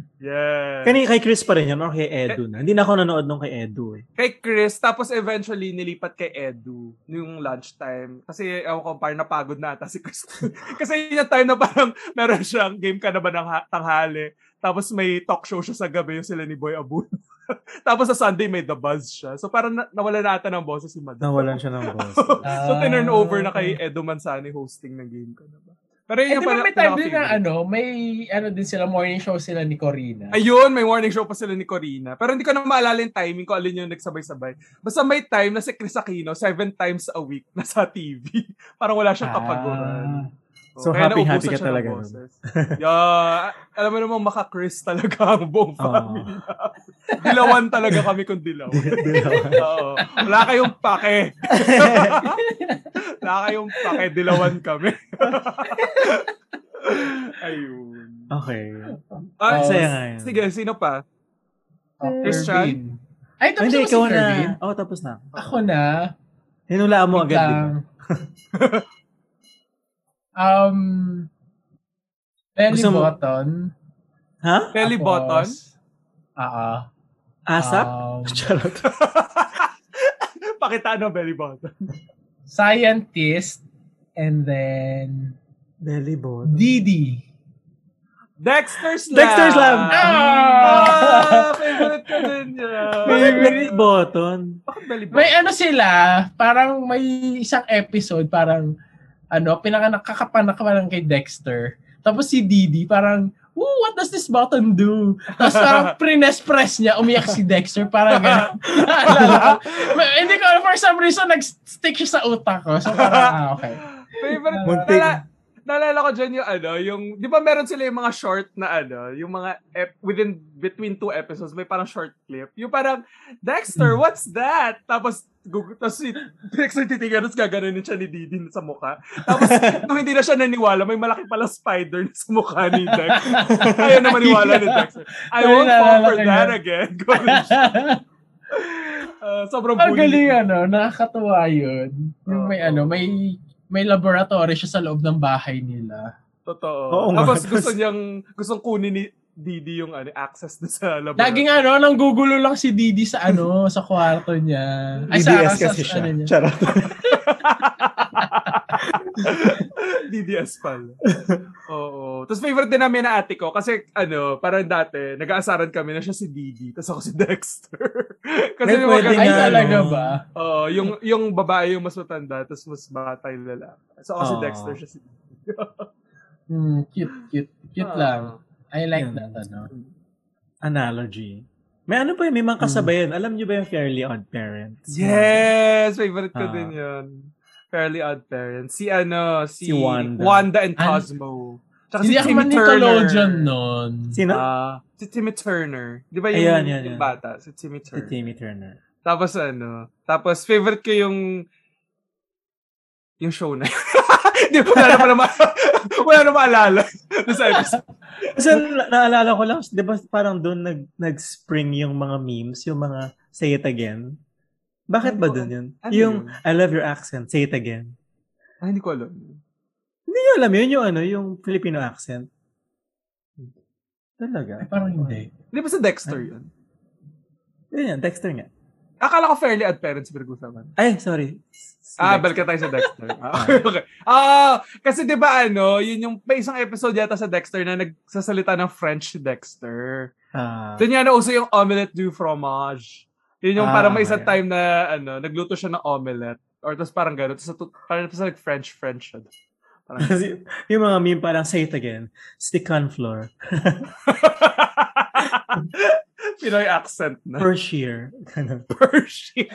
Speaker 2: Yeah.
Speaker 3: kanina kay Chris pa rin yun, or kay Edu na. Hindi na ako nanood nung kay Edu eh.
Speaker 2: Kay Chris, tapos eventually nilipat kay Edu yung lunchtime. Kasi ako ko parang napagod na ata si Chris. Kasi yun yung time na parang meron siyang game ka na ba ng ha- tanghali. Tapos may talk show siya sa gabi yung sila ni Boy Abun. tapos sa Sunday may The Buzz siya. So parang na- nawala na ata ng boses si Madam.
Speaker 3: Nawalan siya ng boss.
Speaker 2: so, tinurn
Speaker 1: Ah,
Speaker 2: over na kay Edo Manzani hosting ng game ko na ba? Pero
Speaker 1: Eh,
Speaker 2: yun
Speaker 1: di
Speaker 2: yung
Speaker 1: ba
Speaker 2: pala-
Speaker 1: may time din na
Speaker 2: pinaka-favorite.
Speaker 1: ano, may ano din sila, morning show sila ni Corina.
Speaker 2: Ayun, may morning show pa sila ni Corina. Pero hindi ko na maalala yung timing ko alin yung nagsabay-sabay. Basta may time na si Chris Aquino, seven times a week, nasa TV. Parang wala siyang kapaguran.
Speaker 1: Ah.
Speaker 2: Oo,
Speaker 3: So,
Speaker 2: kaya
Speaker 3: happy-happy
Speaker 2: naubusan
Speaker 3: ka
Speaker 2: siya ng
Speaker 3: talaga nun.
Speaker 2: boses. yeah. Alam mo naman, maka-Chris talaga ang buong family. Dilawan talaga kami kung dilawan. Oo. Wala kayong pake. Wala kayong pake. Dilawan kami. Ayun.
Speaker 3: okay.
Speaker 1: Oh,
Speaker 2: Ah,
Speaker 3: saya nga yun.
Speaker 2: Sige, sino pa?
Speaker 1: Oh,
Speaker 2: Christian?
Speaker 1: Kirby. Ay,
Speaker 3: Ay,
Speaker 1: tapos
Speaker 3: hindi,
Speaker 1: na ba si
Speaker 3: ikaw na.
Speaker 1: Kirby?
Speaker 3: Oo, tapos na.
Speaker 1: Ako na.
Speaker 3: Hinulaan mo agad, di ba?
Speaker 1: Biglang. um, belly
Speaker 3: Gusto mo-
Speaker 1: button.
Speaker 3: Ha?
Speaker 2: Belly
Speaker 1: Tapos,
Speaker 2: button?
Speaker 1: Oo.
Speaker 3: ASAP?
Speaker 1: Um,
Speaker 3: Charot.
Speaker 2: Pakitaan ng ano, belly button.
Speaker 1: scientist. And then,
Speaker 3: Belly button.
Speaker 1: Didi.
Speaker 2: Dexter's Lab!
Speaker 3: Dexter's Lab!
Speaker 1: Ah!
Speaker 2: Ah! Favorite ko din yan.
Speaker 3: Bakit belly button?
Speaker 2: Bakit belly button?
Speaker 1: May ano sila, parang may isang episode, parang ano, pinaka nakakapanak ka parang kay Dexter. Tapos si Didi, parang, Ooh, what does this button do? Tapos parang prines-press niya, umiyak si Dexter, parang gano'n. Naalala ko. May- Hindi ko, for some reason, nag-stick siya sa utak ko. So parang, ah, okay.
Speaker 2: Favorite.
Speaker 3: Muntik.
Speaker 2: Nala, naalala ko dyan yung ano, yung, di ba meron sila yung mga short na ano, yung mga ep- within, between two episodes, may parang short clip. Yung parang, Dexter,
Speaker 1: Hmm.
Speaker 2: what's that? Tapos, gug- tapos si Dexter titigyan, tapos gaganunin siya ni Didi sa mukha. Tapos, nung hindi na siya naniwala, may malaki pala spider na sa mukha ni Dex. Ayaw na maniwala ni Dexter. I won't fall for that again. Ganun siya. Ah, sobrang
Speaker 1: Ang galing
Speaker 2: bully.
Speaker 1: ano, nakakatuwa yun. Yung may
Speaker 2: Oo.
Speaker 1: ano, may may laboratory siya sa loob ng bahay nila.
Speaker 2: Totoo.
Speaker 3: Oo nga.
Speaker 2: Tapos
Speaker 3: Tapos-
Speaker 2: gusto niyang, gustong kunin ni Didi yung ano, access na sa laboratory.
Speaker 1: Laging ano, nang gugulo lang si Didi sa ano, sa kwarto niya.
Speaker 3: DDS kasi siya.
Speaker 1: ano niya.
Speaker 3: Charot.
Speaker 2: DDS pala. Oo. Tapos favorite din namin na ate ko kasi ano, parang dati, nag-aasaran kami na siya si Didi, tapos ako si Dexter. kasi
Speaker 3: May
Speaker 2: yung,
Speaker 3: pwede
Speaker 1: Ay,
Speaker 2: maganda-
Speaker 3: nga, no?
Speaker 1: talaga ba?
Speaker 2: Oo, yung, yung babae yung mas matanda, tapos mas bata yung lalaki. So ako si
Speaker 3: Ah.
Speaker 2: Dexter, siya si
Speaker 1: Hmm, cute, cute. Cute
Speaker 2: Ah.
Speaker 1: lang. I like
Speaker 3: Yun.
Speaker 1: that, ano.
Speaker 3: Analogy. May ano pa yun, may mga kasabay yun. Alam niyo ba yung Fairly Odd Parents?
Speaker 2: Yes! Favorite ko
Speaker 3: Ah.
Speaker 2: din yun. Fairly Odd Parents. Si ano, si,
Speaker 3: Si Wanda.
Speaker 1: An-
Speaker 2: and Cosmo. Tsaka
Speaker 1: Hindi ako
Speaker 2: Timmy
Speaker 1: man Nickelodeon nun.
Speaker 3: Sino?
Speaker 2: Ah, si Timmy Turner. Di ba yung,
Speaker 3: Ayan, yan,
Speaker 2: yung
Speaker 3: yan.
Speaker 2: bata? Si Timmy
Speaker 3: si
Speaker 2: Turner.
Speaker 3: Timmy Turner.
Speaker 2: Tapos ano, tapos favorite ko yung yung show na yun. Di ba, wala na pala ma- wala na maalala dun sa episode.
Speaker 3: Kasi na- naalala ko lang, di ba parang doon nag, nag-spring yung mga memes, yung mga say it again? Bakit ba
Speaker 2: Ano?
Speaker 3: doon yun?
Speaker 2: Ano
Speaker 3: yung
Speaker 2: yun?
Speaker 3: I love your accent, say it again.
Speaker 2: Ay, hindi ko alam.
Speaker 3: Hindi nyo alam yun, yung ano, yung Filipino accent. Talaga.
Speaker 1: Ay, parang hindi.
Speaker 2: Hindi ba sa Dexter yun?
Speaker 3: Yun yan, Dexter nga.
Speaker 2: Akala ko fairly at parents pinag-usapan.
Speaker 3: Ay, sorry. Si
Speaker 2: Ah,
Speaker 3: Dexter.
Speaker 2: balik tayo sa Dexter. Ah, okay, okay. Ah, kasi 'di ba ano, yun yung may isang episode yata sa Dexter na nagsasalita ng French si Dexter.
Speaker 3: Ah,
Speaker 2: Doon yan nauso yung omelette du fromage. Yun yung
Speaker 3: Ah,
Speaker 2: parang may isang
Speaker 3: yeah.
Speaker 2: time na ano, nagluto siya ng omelette or tapos parang gano'n. Tapos natu- parang tapos nag French French siya.
Speaker 3: Kasi yung mga meme parang say it again. Stick on floor.
Speaker 2: Pinoy accent na.
Speaker 3: For sheer. Ganun.
Speaker 2: Persian.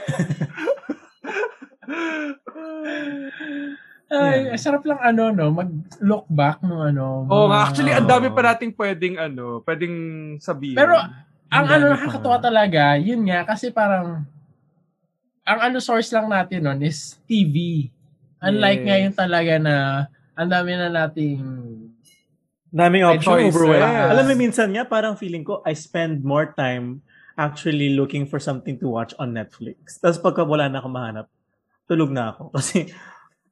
Speaker 1: Ay,
Speaker 3: Yeah.
Speaker 1: ang sarap lang ano, no? Mag-look back ng ano. mga-
Speaker 2: Oo nga, actually, ang dami
Speaker 3: Oo.
Speaker 2: pa nating pwedeng, ano, pwedeng sabihin.
Speaker 1: Pero, ang
Speaker 3: Ang
Speaker 1: ano
Speaker 3: dami
Speaker 1: nakakatuwa
Speaker 3: pa.
Speaker 1: talaga, yun nga, kasi parang, ang ano source lang natin nun is TV. Unlike
Speaker 2: Yes.
Speaker 1: ngayon talaga na, ang dami na nating,
Speaker 3: Daming option,
Speaker 2: choices.
Speaker 3: overwhelmed. Alam mo, minsan nga, parang feeling ko, I spend more time actually looking for something to watch on Netflix. Tapos pagka wala na ako mahanap, tulog na ako. Kasi,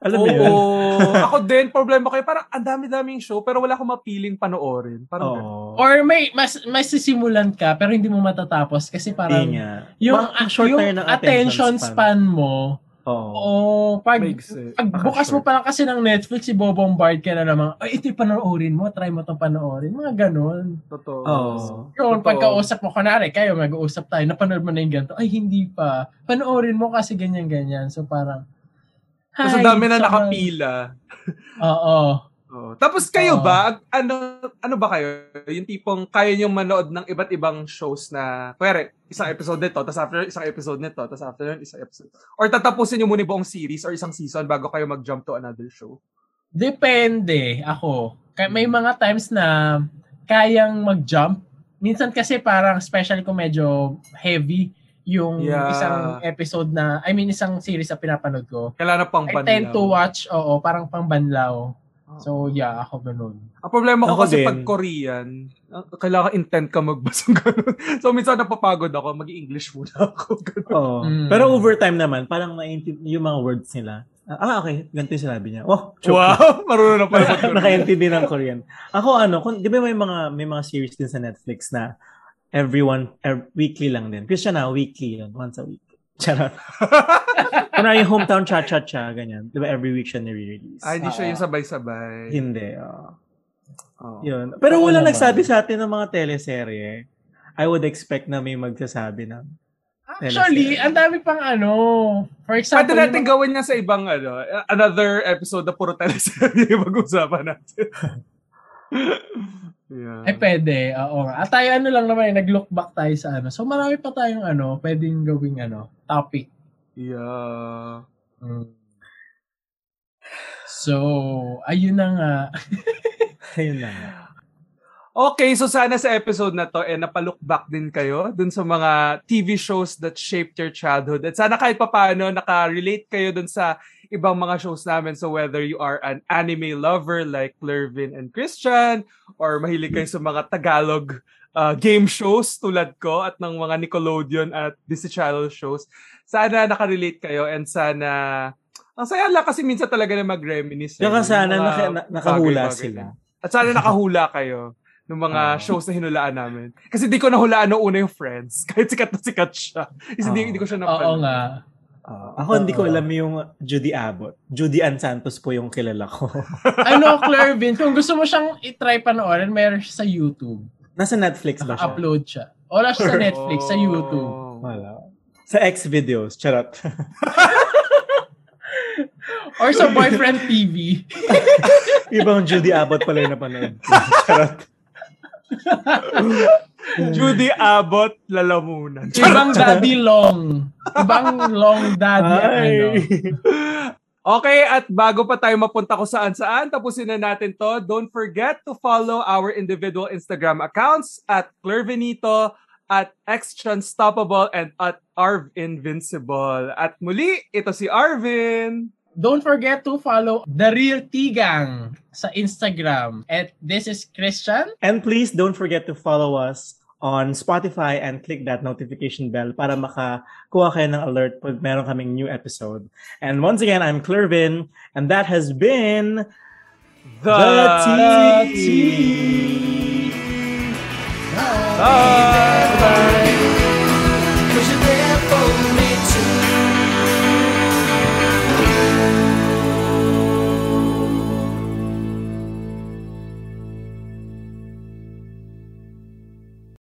Speaker 3: alam mo yun?
Speaker 2: Oo. ako din, problema ko yun. Parang ang dami-daming show, pero wala akong mapiling panoorin. Parang ganun.
Speaker 3: Oo.
Speaker 1: or may, mas, may sisimulan ka, pero hindi mo matatapos kasi
Speaker 3: Hindi
Speaker 1: parang,
Speaker 3: nga.
Speaker 1: yung,
Speaker 3: Parang
Speaker 1: a-
Speaker 3: short
Speaker 1: yung
Speaker 3: tayo ng
Speaker 1: attention span mo,
Speaker 3: Oo.
Speaker 1: oo, pag,
Speaker 2: Makes sense.
Speaker 1: pag
Speaker 3: Baka
Speaker 1: bukas mo
Speaker 3: short.
Speaker 1: pa lang kasi ng Netflix, ibobombard ka na naman, ay, ito yung panoorin mo, try mo itong panoorin, mga ganon.
Speaker 2: Totoo.
Speaker 3: Oo.
Speaker 1: Yun,
Speaker 2: Totoo.
Speaker 1: pagkausap mo, kunwari, kayo mag-uusap tayo, napanood mo na yung ganito, ay hindi pa, panoorin mo kasi ganyan-ganyan. So parang,
Speaker 2: Tapos
Speaker 1: hi,
Speaker 2: ang dami na
Speaker 1: someone-
Speaker 2: nakapila.
Speaker 1: Oo.
Speaker 2: Oo. Tapos
Speaker 1: Oo.
Speaker 2: kayo ba, ano, ano ba kayo? Yung tipong kaya nyo manood ng iba't ibang shows na, kuwari, isang episode nito, tapos after isang episode nito, tapos after isang episode. Or tatapusin nyo muna yung buong series or isang season bago kayo mag-jump to another show.
Speaker 1: Depende ako. Kaya may
Speaker 2: Hmm.
Speaker 1: mga times na kayang mag-jump. Minsan kasi parang especially kung medyo heavy yung
Speaker 2: Yeah.
Speaker 1: isang episode na, I mean isang series na pinapanood ko.
Speaker 2: Kailangan pang
Speaker 1: I tend to watch, oo, parang pangbanlaw.
Speaker 2: Oo.
Speaker 1: So yeah, ako ganun.
Speaker 2: Ang problema ko
Speaker 3: Ako
Speaker 2: kasi
Speaker 3: din.
Speaker 2: pag Korean, ang- kailangan intent ka magbasa ng ganun. So minsan napapagod ako, mag-English muna ako. Ganun.
Speaker 3: Oo.
Speaker 1: Mm.
Speaker 3: Pero overtime naman, parang naiintindi yung mga words nila. Ah, okay. Ganito yung sinabi niya. Oh, joke.
Speaker 2: Wow, marunong na pala mag-Korean.
Speaker 3: Nakaintindi ng Korean. Ako ano, kung, di ba may mga may mga series din sa Netflix na everyone ev- weekly lang din. Christian na weekly yun, once a week. Charot. Kunwari yung hometown cha cha cha ganyan. Di ba every week siya nire-release?
Speaker 2: Ay, Ah, hindi siya
Speaker 1: Oo.
Speaker 2: yung sabay-sabay. Oh.
Speaker 3: Hindi. oo.
Speaker 2: Oo.
Speaker 3: yun. Pero
Speaker 1: Oo
Speaker 3: wala
Speaker 1: naman.
Speaker 3: nagsabi sa atin ng mga teleserye. I would expect na may magsasabi ng
Speaker 1: Actually, ang dami pang ano. For
Speaker 2: Pwede
Speaker 1: example,
Speaker 2: natin
Speaker 1: yung,
Speaker 2: gawin niya sa ibang ano, another episode na puro teleserye yung pag-usapan natin. yeah.
Speaker 1: eh pwede, oo nga. At tayo ano lang naman, eh, nag-look back tayo sa ano. So marami pa tayong ano, pwedeng gawing ano, topic.
Speaker 2: yeah.
Speaker 1: Mm. So, ayun na nga.
Speaker 3: ayun na. nga.
Speaker 2: Okay, so sana sa episode na to, eh, napalukbak din kayo dun sa mga TV shows that shaped your childhood. At sana kahit papaano, nakarelate kayo dun sa ibang mga shows namin. So whether you are an anime lover like Lervin and Christian, or mahilig kayo sa mga Tagalog uh, game shows tulad ko at ng mga Nickelodeon at Disney Channel shows, sana nakarelate kayo and sana... Ang saya lang kasi minsan talaga na mag-reminisce. eh,
Speaker 3: Tsaka
Speaker 2: ng
Speaker 3: sana
Speaker 2: mga
Speaker 3: naka, na- nakahula
Speaker 2: bagay-bagay.
Speaker 3: sila.
Speaker 2: At sana nakahula kayo ng mga
Speaker 1: Ah.
Speaker 3: Oo.
Speaker 2: shows na hinulaan namin. Kasi di ko nahulaan noong una yung Friends. Kahit sikat na sikat siya. Kasi
Speaker 3: Oo.
Speaker 2: hindi, hindi ko siya
Speaker 1: Ah. oo
Speaker 2: napanood.
Speaker 1: nga.
Speaker 3: Oo. Ah, ako hindi ko
Speaker 1: Oo.
Speaker 3: alam yung Judy Abbott. Judy Ann Santos po yung kilala ko.
Speaker 1: Ano, Clervin, kung gusto mo siyang itry panoorin, meron siya sa YouTube.
Speaker 3: Nasa Netflix ba siya? Oh.
Speaker 1: Upload siya. Wala siya sa Netflix, sa YouTube.
Speaker 2: Oh.
Speaker 3: Wala. Sa X videos, charot.
Speaker 1: Or sa Boyfriend TV.
Speaker 3: Ibang Judy Abbott pala yung napanood. ko. charot.
Speaker 2: Judy Abbott, lalamunan.
Speaker 1: Ibang Daddy Long. Ibang Long Daddy. ang
Speaker 3: Ay.
Speaker 1: Ano.
Speaker 2: Okay, at bago pa tayo mapunta kung saan-saan, tapusin na natin to. Don't forget to follow our individual Instagram accounts at Clervenito, at Extranstoppable, and at Arv Invincible. At muli, ito si Arvin.
Speaker 1: Don't forget to follow The Real Tigang sa Instagram. At this is Christian.
Speaker 3: And please don't forget to follow us on Spotify and click that notification bell para makakuha kayo ng alert pag meron kaming new episode. And once again, I'm Clervin and that has been
Speaker 2: The,
Speaker 3: The
Speaker 2: Tea!
Speaker 3: Tea!
Speaker 2: Bye!